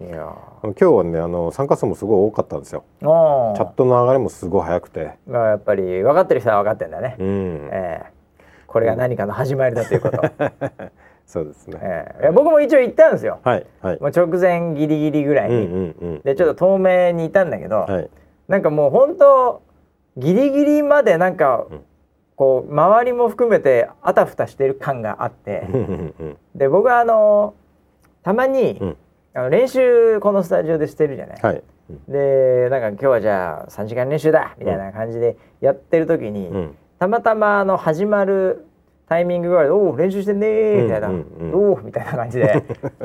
Speaker 1: いや
Speaker 2: あの今日はねあの参加数もすごい多かったんですよ。
Speaker 1: ー。お
Speaker 2: チャットの流れもすごい早くて。
Speaker 1: がやっぱり分かってる人は分かってんだね。
Speaker 2: うん。
Speaker 1: ええ。これが何かの始まりだという
Speaker 2: (laughs)
Speaker 1: こと。
Speaker 2: そうですね。
Speaker 1: ええ。いや僕も一応行ったんですよ。
Speaker 2: はいはい。
Speaker 1: もう直前ギリギリぐらい
Speaker 2: うん
Speaker 1: に。
Speaker 2: うんうん。
Speaker 1: でちょっと透明にいたんだけど、
Speaker 2: はい。 (laughs)
Speaker 1: なんかもう本当ギリギリまでなんか
Speaker 2: うん
Speaker 1: こう周りも含めてあたふたしてる感があって。
Speaker 2: うんうんうん。
Speaker 1: で僕はあのたまに、
Speaker 2: うん
Speaker 1: あの練習このスタジオでしてるじゃない、
Speaker 2: はい。うん
Speaker 1: でなんか今日はじゃあ3時間練習だみたいな感じでやってる時に、
Speaker 2: うん。
Speaker 1: たまたまあの始まるタイミングぐらいで「おお練習してんねー」みたいな「
Speaker 2: うんうんうん
Speaker 1: おお」みたいな感じで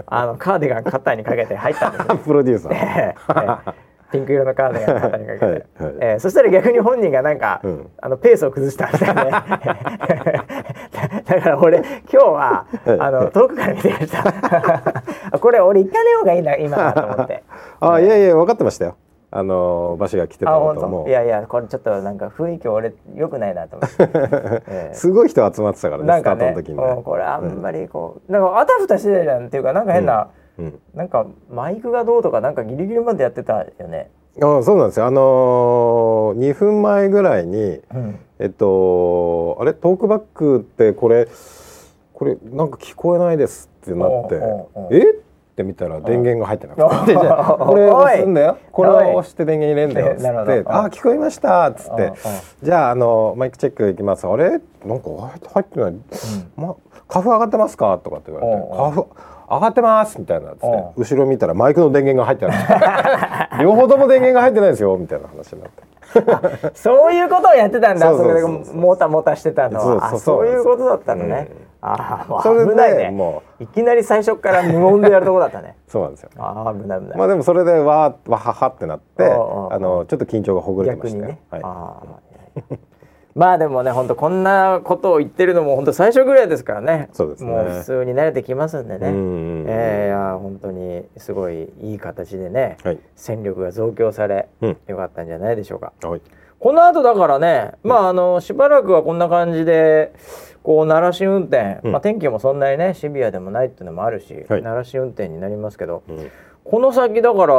Speaker 1: あのカーディガン肩にかけて入ったんですよ
Speaker 2: (laughs) プロデューサ
Speaker 1: え
Speaker 2: ー。
Speaker 1: え (laughs) ピンク色のカーディガン肩にかけて、
Speaker 2: はいはい
Speaker 1: ええそしたら逆に本人がなんか、
Speaker 2: うん
Speaker 1: あのペースを崩したみたいでだ (laughs) だから俺今日はあの遠くから見てました (laughs) これ俺行かねい方がいいな今と
Speaker 2: (laughs)
Speaker 1: 思って。
Speaker 2: あ、いやいや、分かってましたよ。あの、馬車が来てた
Speaker 1: あ
Speaker 2: こ
Speaker 1: 本
Speaker 2: とも
Speaker 1: 当い。やいやこれちょっとなんか雰囲気俺良くないなと思
Speaker 2: (laughs)
Speaker 1: って、ええ
Speaker 2: すごい人集まってたからね、
Speaker 1: なん
Speaker 2: スタ
Speaker 1: か
Speaker 2: ート
Speaker 1: ね
Speaker 2: の時に
Speaker 1: うん
Speaker 2: ね。
Speaker 1: これあんまりこう、なんかあたふたしてたじゃんっていうかなんか変な、
Speaker 2: うん。
Speaker 1: なんかマイクがどうとかなんかギリギリまでやってたよね、
Speaker 2: あ、そうなんですよ。あのー、2分前ぐらいに、
Speaker 1: うん、
Speaker 2: えっと、あれ、トークバックって、これ。これ、なんか聞こえないですってなって
Speaker 1: おうおうお。う
Speaker 2: えって見たら、電源が入ってな
Speaker 1: おう
Speaker 2: くて。でじゃあこれ押すんだよ。これを押して電源入れんだよ。
Speaker 1: な
Speaker 2: つ
Speaker 1: るほ
Speaker 2: って、
Speaker 1: ど
Speaker 2: あ、聞こえましたっつって。じゃあ、あの、マイクチェックいきます。あれ、なんか入ってない。ま、花粉上がってますか?」とかって言われて
Speaker 1: おう
Speaker 2: 「
Speaker 1: おう
Speaker 2: 花粉上がってます」みたいなっつって
Speaker 1: おう
Speaker 2: 後ろ見たらマイクの電源が入って
Speaker 1: (laughs)
Speaker 2: ない両方とも電源が入ってないですよみたいな話になって
Speaker 1: うんそういうことをやってたんだ
Speaker 2: そう
Speaker 1: そ
Speaker 2: そう
Speaker 1: れ
Speaker 2: そう
Speaker 1: でもたもたしてたの
Speaker 2: そう
Speaker 1: は
Speaker 2: そう
Speaker 1: あそういうことだったのね、
Speaker 2: うん
Speaker 1: ああも
Speaker 2: それ
Speaker 1: う
Speaker 2: で
Speaker 1: 危ないね
Speaker 2: も
Speaker 1: いきなり最初から無音でやるとこだった
Speaker 2: (laughs)
Speaker 1: ね
Speaker 2: そうなんですよね
Speaker 1: ああ危ない危ない、
Speaker 2: まあでもそれでわーわははってなって
Speaker 1: おうおう
Speaker 2: あのちょっと緊張がほぐれてま
Speaker 1: 逆
Speaker 2: し
Speaker 1: に
Speaker 2: たよ
Speaker 1: ね、
Speaker 2: はい
Speaker 1: ああいやいやまあでもね本当こんなことを言ってるのも本当最初ぐらいですからね
Speaker 2: そうですね
Speaker 1: もう普通に慣れてきますんでね、
Speaker 2: うんうんうん
Speaker 1: ええいや本当にすごいいい形でね、
Speaker 2: はい
Speaker 1: 戦力が増強され、
Speaker 2: うん
Speaker 1: よかったんじゃないでしょうか
Speaker 2: はい
Speaker 1: この後だからね、まああのしばらくはこんな感じでこう鳴らし運転、
Speaker 2: うん
Speaker 1: まあ、天気もそんなにねシビアでもないっていうのもあるし、
Speaker 2: はい
Speaker 1: 鳴らし運転になりますけど、
Speaker 2: うん
Speaker 1: この先だから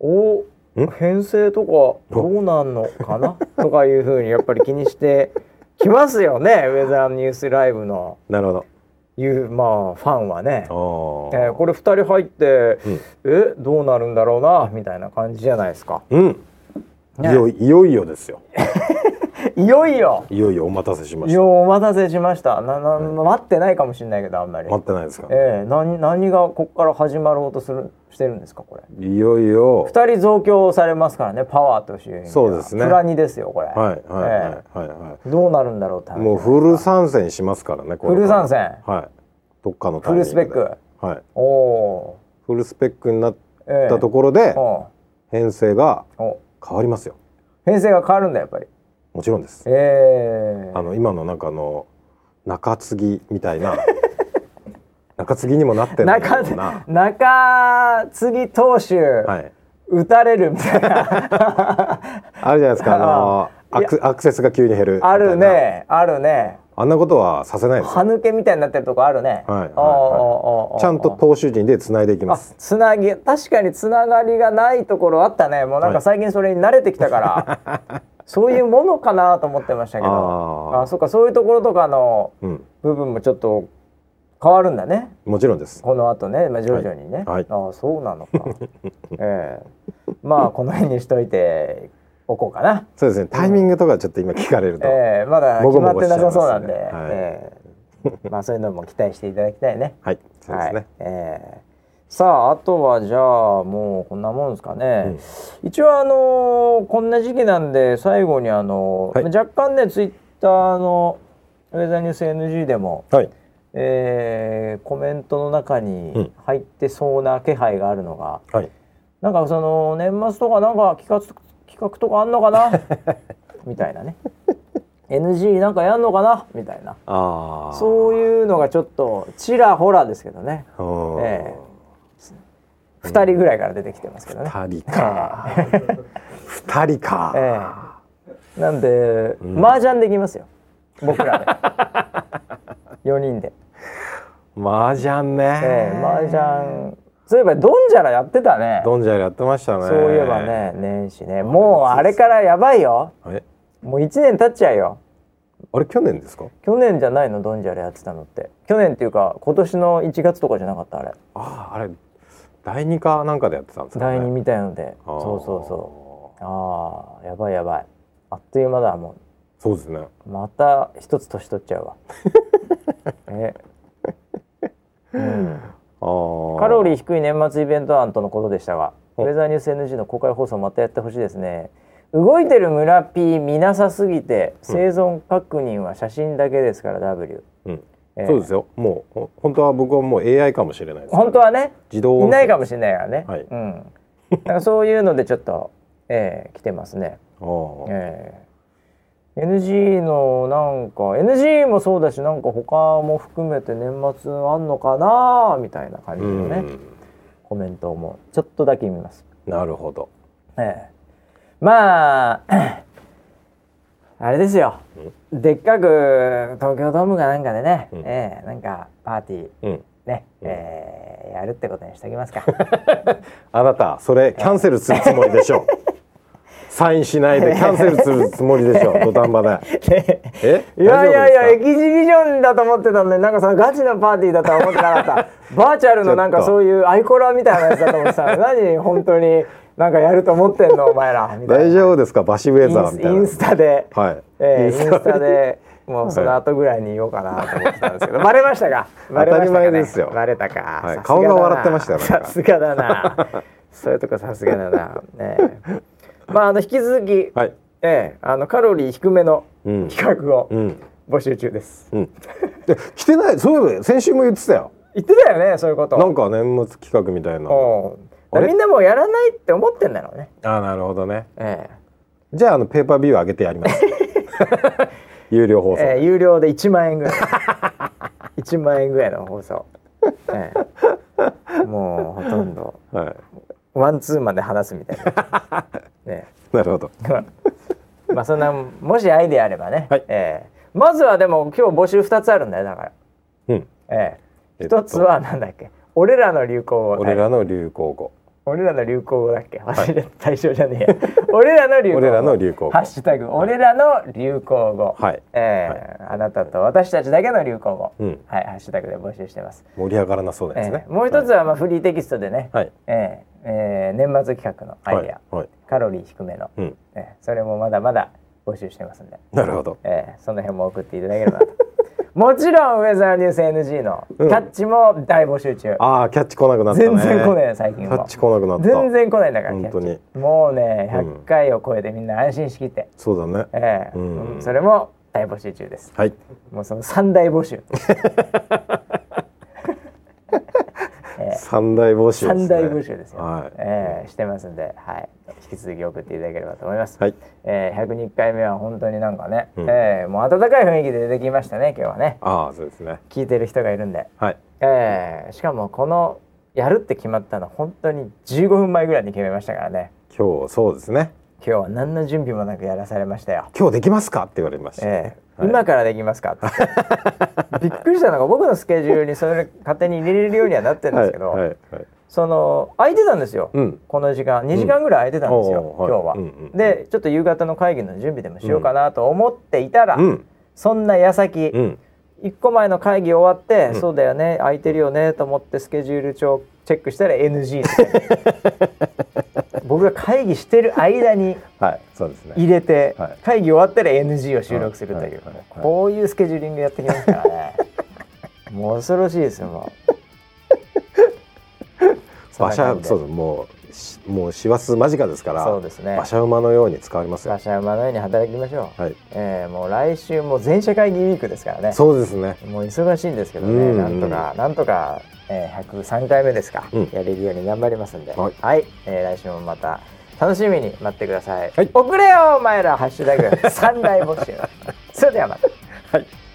Speaker 1: お
Speaker 2: ん
Speaker 1: 編成とかどうなんのかな (laughs) とかいうふうにやっぱり気にしてきますよ
Speaker 2: (laughs)
Speaker 1: ねウェザーニュースライブの
Speaker 2: なるほ
Speaker 1: いうまあファンはね。
Speaker 2: どあ
Speaker 1: えー
Speaker 2: ー
Speaker 1: これ2人入って、えどうなるんだろうなみたいな感じじゃないです
Speaker 2: (laughs)
Speaker 1: か。
Speaker 2: うんい
Speaker 1: ね
Speaker 2: よいよいよですよ
Speaker 1: いよいよ
Speaker 2: いよいよお待たせしま
Speaker 1: い
Speaker 2: し
Speaker 1: や
Speaker 2: た
Speaker 1: お待たせしましたなな、待ってないかもしれないけどあんまり、
Speaker 2: 待ってないですか
Speaker 1: ええ何何がここから始まろうとするしてるんですかこれ
Speaker 2: いよいよ
Speaker 1: 2人増強されますからねパワーという意味は
Speaker 2: そうですね
Speaker 1: プラニですよこれ、
Speaker 2: はいはい
Speaker 1: え
Speaker 2: はいはいはい
Speaker 1: えどうなるんだろうって話
Speaker 2: もうフル参戦しますからね。これ
Speaker 1: フル参戦
Speaker 2: はい。どっかの
Speaker 1: フ
Speaker 2: タイミ
Speaker 1: ル
Speaker 2: ング
Speaker 1: スペ
Speaker 2: で
Speaker 1: ック
Speaker 2: はい。
Speaker 1: おお
Speaker 2: フルスペックになっ
Speaker 1: ーええ
Speaker 2: たところで
Speaker 1: お
Speaker 2: 編成が
Speaker 1: うお
Speaker 2: 変わりますよ。
Speaker 1: 編成が変わるんだやっぱり
Speaker 2: もちろんです。
Speaker 1: ええ
Speaker 2: あの今のなんかあの中継ぎみたいな (laughs) 中継ぎにもなってないよ
Speaker 1: 中
Speaker 2: うな。
Speaker 1: 中継ぎ投手、
Speaker 2: はい。
Speaker 1: 打たれるみたいな
Speaker 2: あるじゃないですか。あの
Speaker 1: い
Speaker 2: ア
Speaker 1: や
Speaker 2: クアクセスが急に減るみたいな
Speaker 1: ある。ねあるね
Speaker 2: あんなことはさせないですよ。
Speaker 1: 歯抜けみたいになってるとこあるね。
Speaker 2: はいはいはい
Speaker 1: おーおーおーおー
Speaker 2: ちゃんと投手陣で繋いでいきま
Speaker 1: あ
Speaker 2: す。
Speaker 1: つなぎ確かにつながりがないところあったねもうなん
Speaker 2: は
Speaker 1: か
Speaker 2: い
Speaker 1: 最近それに慣れてきたから、
Speaker 2: (laughs)
Speaker 1: そういうものかなと思ってましたけど
Speaker 2: あー
Speaker 1: あそっかそういうところとかの
Speaker 2: うん。
Speaker 1: 部分もちょっと変わるんだね
Speaker 2: もちろんです。
Speaker 1: この後ね、まあ、徐々にね、
Speaker 2: はいはい
Speaker 1: ああそうなのか
Speaker 2: (laughs)
Speaker 1: ええまあこの辺にしといておこうかな、
Speaker 2: そうですね。タイミングとかちょっと今聞かれると。
Speaker 1: ええまだ
Speaker 2: も
Speaker 1: 決
Speaker 2: ご
Speaker 1: ま
Speaker 2: も
Speaker 1: っ
Speaker 2: ご
Speaker 1: て
Speaker 2: しちゃ
Speaker 1: ない
Speaker 2: ま
Speaker 1: さ
Speaker 2: すね
Speaker 1: そうなんで、
Speaker 2: はい
Speaker 1: ええまあそういうのも期待していただきたいね
Speaker 2: はい。そうですね。
Speaker 1: はいえーさああとはじゃあもうこんなもんですかね、一応あのーこんな時期なんで最後にあのー
Speaker 2: はい
Speaker 1: 若干ねツイッターのウェザーニュース NG でも、
Speaker 2: はい。
Speaker 1: えーコメントの中
Speaker 2: う
Speaker 1: に
Speaker 2: ん
Speaker 1: 入ってそうな気配があるのが、
Speaker 2: はい。
Speaker 1: なんかその年末とかなんか企画と企画とかあんのか
Speaker 2: (laughs)
Speaker 1: なみたいなね NG なんかやんのかなみたいな
Speaker 2: ああ。
Speaker 1: そういうのがちょっとちらほらですけどね
Speaker 2: うん
Speaker 1: え2人ぐらいから出てきてますけどね。
Speaker 2: 二人か。二人か。
Speaker 1: ええなんで、麻雀できますよ僕ら
Speaker 2: (laughs)
Speaker 1: で4人で、
Speaker 2: 麻雀ね。
Speaker 1: ええ、麻雀そういえばドンジャラやってたね
Speaker 2: ドンジャラやってましたね。
Speaker 1: そういえば。ね年始ねもうあれからやばいよ
Speaker 2: え、
Speaker 1: もう1年経っちゃうよ
Speaker 2: あれ去年ですか？
Speaker 1: 去年じゃないのドンジャラやってたのって去年っていうか今年の1月とかじゃなかったあれ
Speaker 2: ああ、あれ第二かなんかでやってたんですか、ね。
Speaker 1: 第2みたいので
Speaker 2: あー
Speaker 1: そうそうそうああやばいやばいあっという間だもう
Speaker 2: そうですね。
Speaker 1: また一つ年取っちゃう
Speaker 2: (laughs)
Speaker 1: わえ、うん、
Speaker 2: ああ。
Speaker 1: カロリ
Speaker 2: ー。
Speaker 1: ー低い年末イベント案とのことでしたが
Speaker 2: お
Speaker 1: ウェザーニュース NG の公開放送またやってほしいですね動いてる村 P 見なさすぎて生存確認は写真だけですから W、
Speaker 2: うん
Speaker 1: えー
Speaker 2: そうですよもうほ本当は僕はもう AI かもしれないですから
Speaker 1: 本当はね
Speaker 2: 自動音
Speaker 1: い
Speaker 2: 声
Speaker 1: ないかもしれないからね、
Speaker 2: はい
Speaker 1: うん、だからそういうのでちょっと、えー、来てますね、
Speaker 2: ああ
Speaker 1: えー、NG のなんか NG もそうだしなんか他も含めて年末あんのかなみたいな感じ
Speaker 2: う
Speaker 1: のね、
Speaker 2: ん
Speaker 1: コメントもちょっとだけ見ます
Speaker 2: なるほど
Speaker 1: ええ、まああれですよでっかく東京ドームがなんかでね、
Speaker 2: うん
Speaker 1: ええなんかパーティー
Speaker 2: うん
Speaker 1: ね、
Speaker 2: うん
Speaker 1: ええやるってことにしておき
Speaker 2: (laughs)
Speaker 1: ますか (laughs)
Speaker 2: あなたそれキャンセルするつもりで
Speaker 1: (laughs)
Speaker 2: しょうサインしないでキャンセルするつもりでしょう土壇場でえ
Speaker 1: いやいやいや
Speaker 2: 大丈夫
Speaker 1: エキシビジョンだと思ってたんでなんかそのガチのパーティーだとは思ってなかったバーチャルのなんか
Speaker 2: ちょっと
Speaker 1: そういうアイコラみたいなやつだと思ってた何本当になんかやると思ってんのお前らみ
Speaker 2: ですか
Speaker 1: たい
Speaker 2: 大
Speaker 1: な
Speaker 2: 丈夫ですかバシウェザーみたい
Speaker 1: イ
Speaker 2: な
Speaker 1: ンスインスタで
Speaker 2: はい
Speaker 1: えー、イン
Speaker 2: インスタで
Speaker 1: スタでもうその後ぐらいに言おうかなと思ってたんですけど、バレましたかバレましたか、ね、
Speaker 2: 当たり前ですよ
Speaker 1: バレたか、
Speaker 2: は
Speaker 1: さすがだ
Speaker 2: い
Speaker 1: な
Speaker 2: 顔が笑ってましたよなん
Speaker 1: さ
Speaker 2: か
Speaker 1: すがだ
Speaker 2: (laughs)
Speaker 1: なそういうとこさすがだな、ねえ、まああの引き続き、
Speaker 2: はい
Speaker 1: ええあのカロリー低めの
Speaker 2: うん
Speaker 1: 企画を
Speaker 2: うん
Speaker 1: 募集中です、
Speaker 2: うんで来てないそういえば先週も言ってたよ
Speaker 1: 言ってたよねそういうこと
Speaker 2: なんか年末企画みた
Speaker 1: う
Speaker 2: いな
Speaker 1: んだか
Speaker 2: あ
Speaker 1: ら
Speaker 2: れ
Speaker 1: みんなもうやらないって思ってんだろうね、
Speaker 2: あなるほどね
Speaker 1: え
Speaker 2: じゃああのペーパービュー上げてやり
Speaker 1: (laughs)
Speaker 2: ます有料放
Speaker 1: え
Speaker 2: 送、
Speaker 1: ええ有料で1万円ぐらい (laughs) 1万円ぐらいの放送、ええもうほとんど
Speaker 2: はい
Speaker 1: ワンツーまで話すみたい
Speaker 2: (laughs)
Speaker 1: な。ね、
Speaker 2: なるほど
Speaker 1: まあそんなもしアイデアあればね。
Speaker 2: はい
Speaker 1: ええまずはでも今日募集二つあるんだよだか
Speaker 2: うん
Speaker 1: ら。ええ
Speaker 2: えっ
Speaker 1: 一、
Speaker 2: と
Speaker 1: つはなんだっけ。俺らの流行語。
Speaker 2: 俺らの流行語
Speaker 1: 俺らの流行語だっけ。忘れた対象じゃねえや。 (laughs) 俺らの流行語。
Speaker 2: 俺らの流行語
Speaker 1: ハッシュタグ俺らの流行語。
Speaker 2: はい
Speaker 1: ええあなたと私たちだけの流行語。
Speaker 2: うん
Speaker 1: はい。ハッシュタグで募集してます。
Speaker 2: 盛り上がらなそうなやつ
Speaker 1: え
Speaker 2: ね、
Speaker 1: えもう一つはまあフリーテキストでね。
Speaker 2: はい
Speaker 1: ええええ年末企画のアイデア。
Speaker 2: はい、はい
Speaker 1: カロリー低めの、
Speaker 2: うん
Speaker 1: えーそれもまだまだ募集してますんで、
Speaker 2: なるほど
Speaker 1: えーその辺も送っていただけれ
Speaker 2: (laughs)
Speaker 1: ばなともちろんウェザーニュース NG のキ
Speaker 2: う
Speaker 1: ャ
Speaker 2: ん
Speaker 1: ッチも大募集中、
Speaker 2: ああキャッチ来なくなったね
Speaker 1: 全然来ないよ最
Speaker 2: キ
Speaker 1: 近
Speaker 2: ャ
Speaker 1: も
Speaker 2: ッチ来なくなった
Speaker 1: 全然来ないんだから
Speaker 2: 本当に
Speaker 1: キャッチもうね
Speaker 2: うん
Speaker 1: 100回を超えてみんな安心しきって、
Speaker 2: そうだね、
Speaker 1: えー
Speaker 2: うん
Speaker 1: うんそれも大募集中です
Speaker 2: はい
Speaker 1: もうその三大募集
Speaker 2: 三大募集です、ね、
Speaker 1: 三大募集ですよ、
Speaker 2: はい、
Speaker 1: えーしてますんで、はい、引き続き送っていただければと思います、
Speaker 2: はい
Speaker 1: えー、102回目は本当になんかね、
Speaker 2: うん
Speaker 1: えーもう温かい雰囲気で出てきましたね今日はね
Speaker 2: ああそうですね
Speaker 1: 聞いてる人がいるんで、
Speaker 2: はい
Speaker 1: えーしかもこのやるって決まったの本当に15分前ぐらいに決めましたからね
Speaker 2: 今日そうですね
Speaker 1: 今日は何の準備もなくやらされましたよ、
Speaker 2: 今日できますかって言われました、
Speaker 1: えー
Speaker 2: はい
Speaker 1: 今からできますか
Speaker 2: (laughs)
Speaker 1: ってびっくりしたのが僕のスケジュールにそれ勝手に入れれるようにはなってるんですけど、
Speaker 2: はいはいはい
Speaker 1: その空いてたんですよ、
Speaker 2: うん
Speaker 1: この時間2時間ぐらい空いてたんですよ、
Speaker 2: おー
Speaker 1: 今
Speaker 2: はい
Speaker 1: 日は。
Speaker 2: うんうんうん
Speaker 1: でちょっと夕方の会議の準備でもしようかなと思っていたら、
Speaker 2: うん
Speaker 1: そんな矢先、
Speaker 2: うん
Speaker 1: 1個前の会議終わって、
Speaker 2: うん
Speaker 1: そうだよね空いてるよねと思ってスケジュール帳チェックしたら NG
Speaker 2: (laughs)
Speaker 1: って僕が会議してる間に
Speaker 2: はいそうですね
Speaker 1: 入れて、
Speaker 2: はい
Speaker 1: 会議終わったら NG を収録するという、
Speaker 2: はいはいはい
Speaker 1: こういうスケジューリングやってきますから
Speaker 2: (laughs)
Speaker 1: ねもう恐ろしいですよもう。
Speaker 2: 馬
Speaker 1: そんな
Speaker 2: 車
Speaker 1: 感じで
Speaker 2: そうですもうしもう師走間近ですから
Speaker 1: そうですね
Speaker 2: 馬車馬のように使われますよ
Speaker 1: 馬車馬のように働きましょう、
Speaker 2: はい
Speaker 1: えーもう来週もう全社会議ウィークですからね
Speaker 2: そうですね
Speaker 1: もう忙しいんですけどね、
Speaker 2: うん
Speaker 1: なんとかなんとか、えー、103回目ですか、
Speaker 2: うん
Speaker 1: やれるように頑張りますんでは
Speaker 2: はいい、
Speaker 1: えー来週もまた楽しみに待ってください、
Speaker 2: はい
Speaker 1: 遅れよお前らハッシュタグ三大募集それではまた
Speaker 2: はい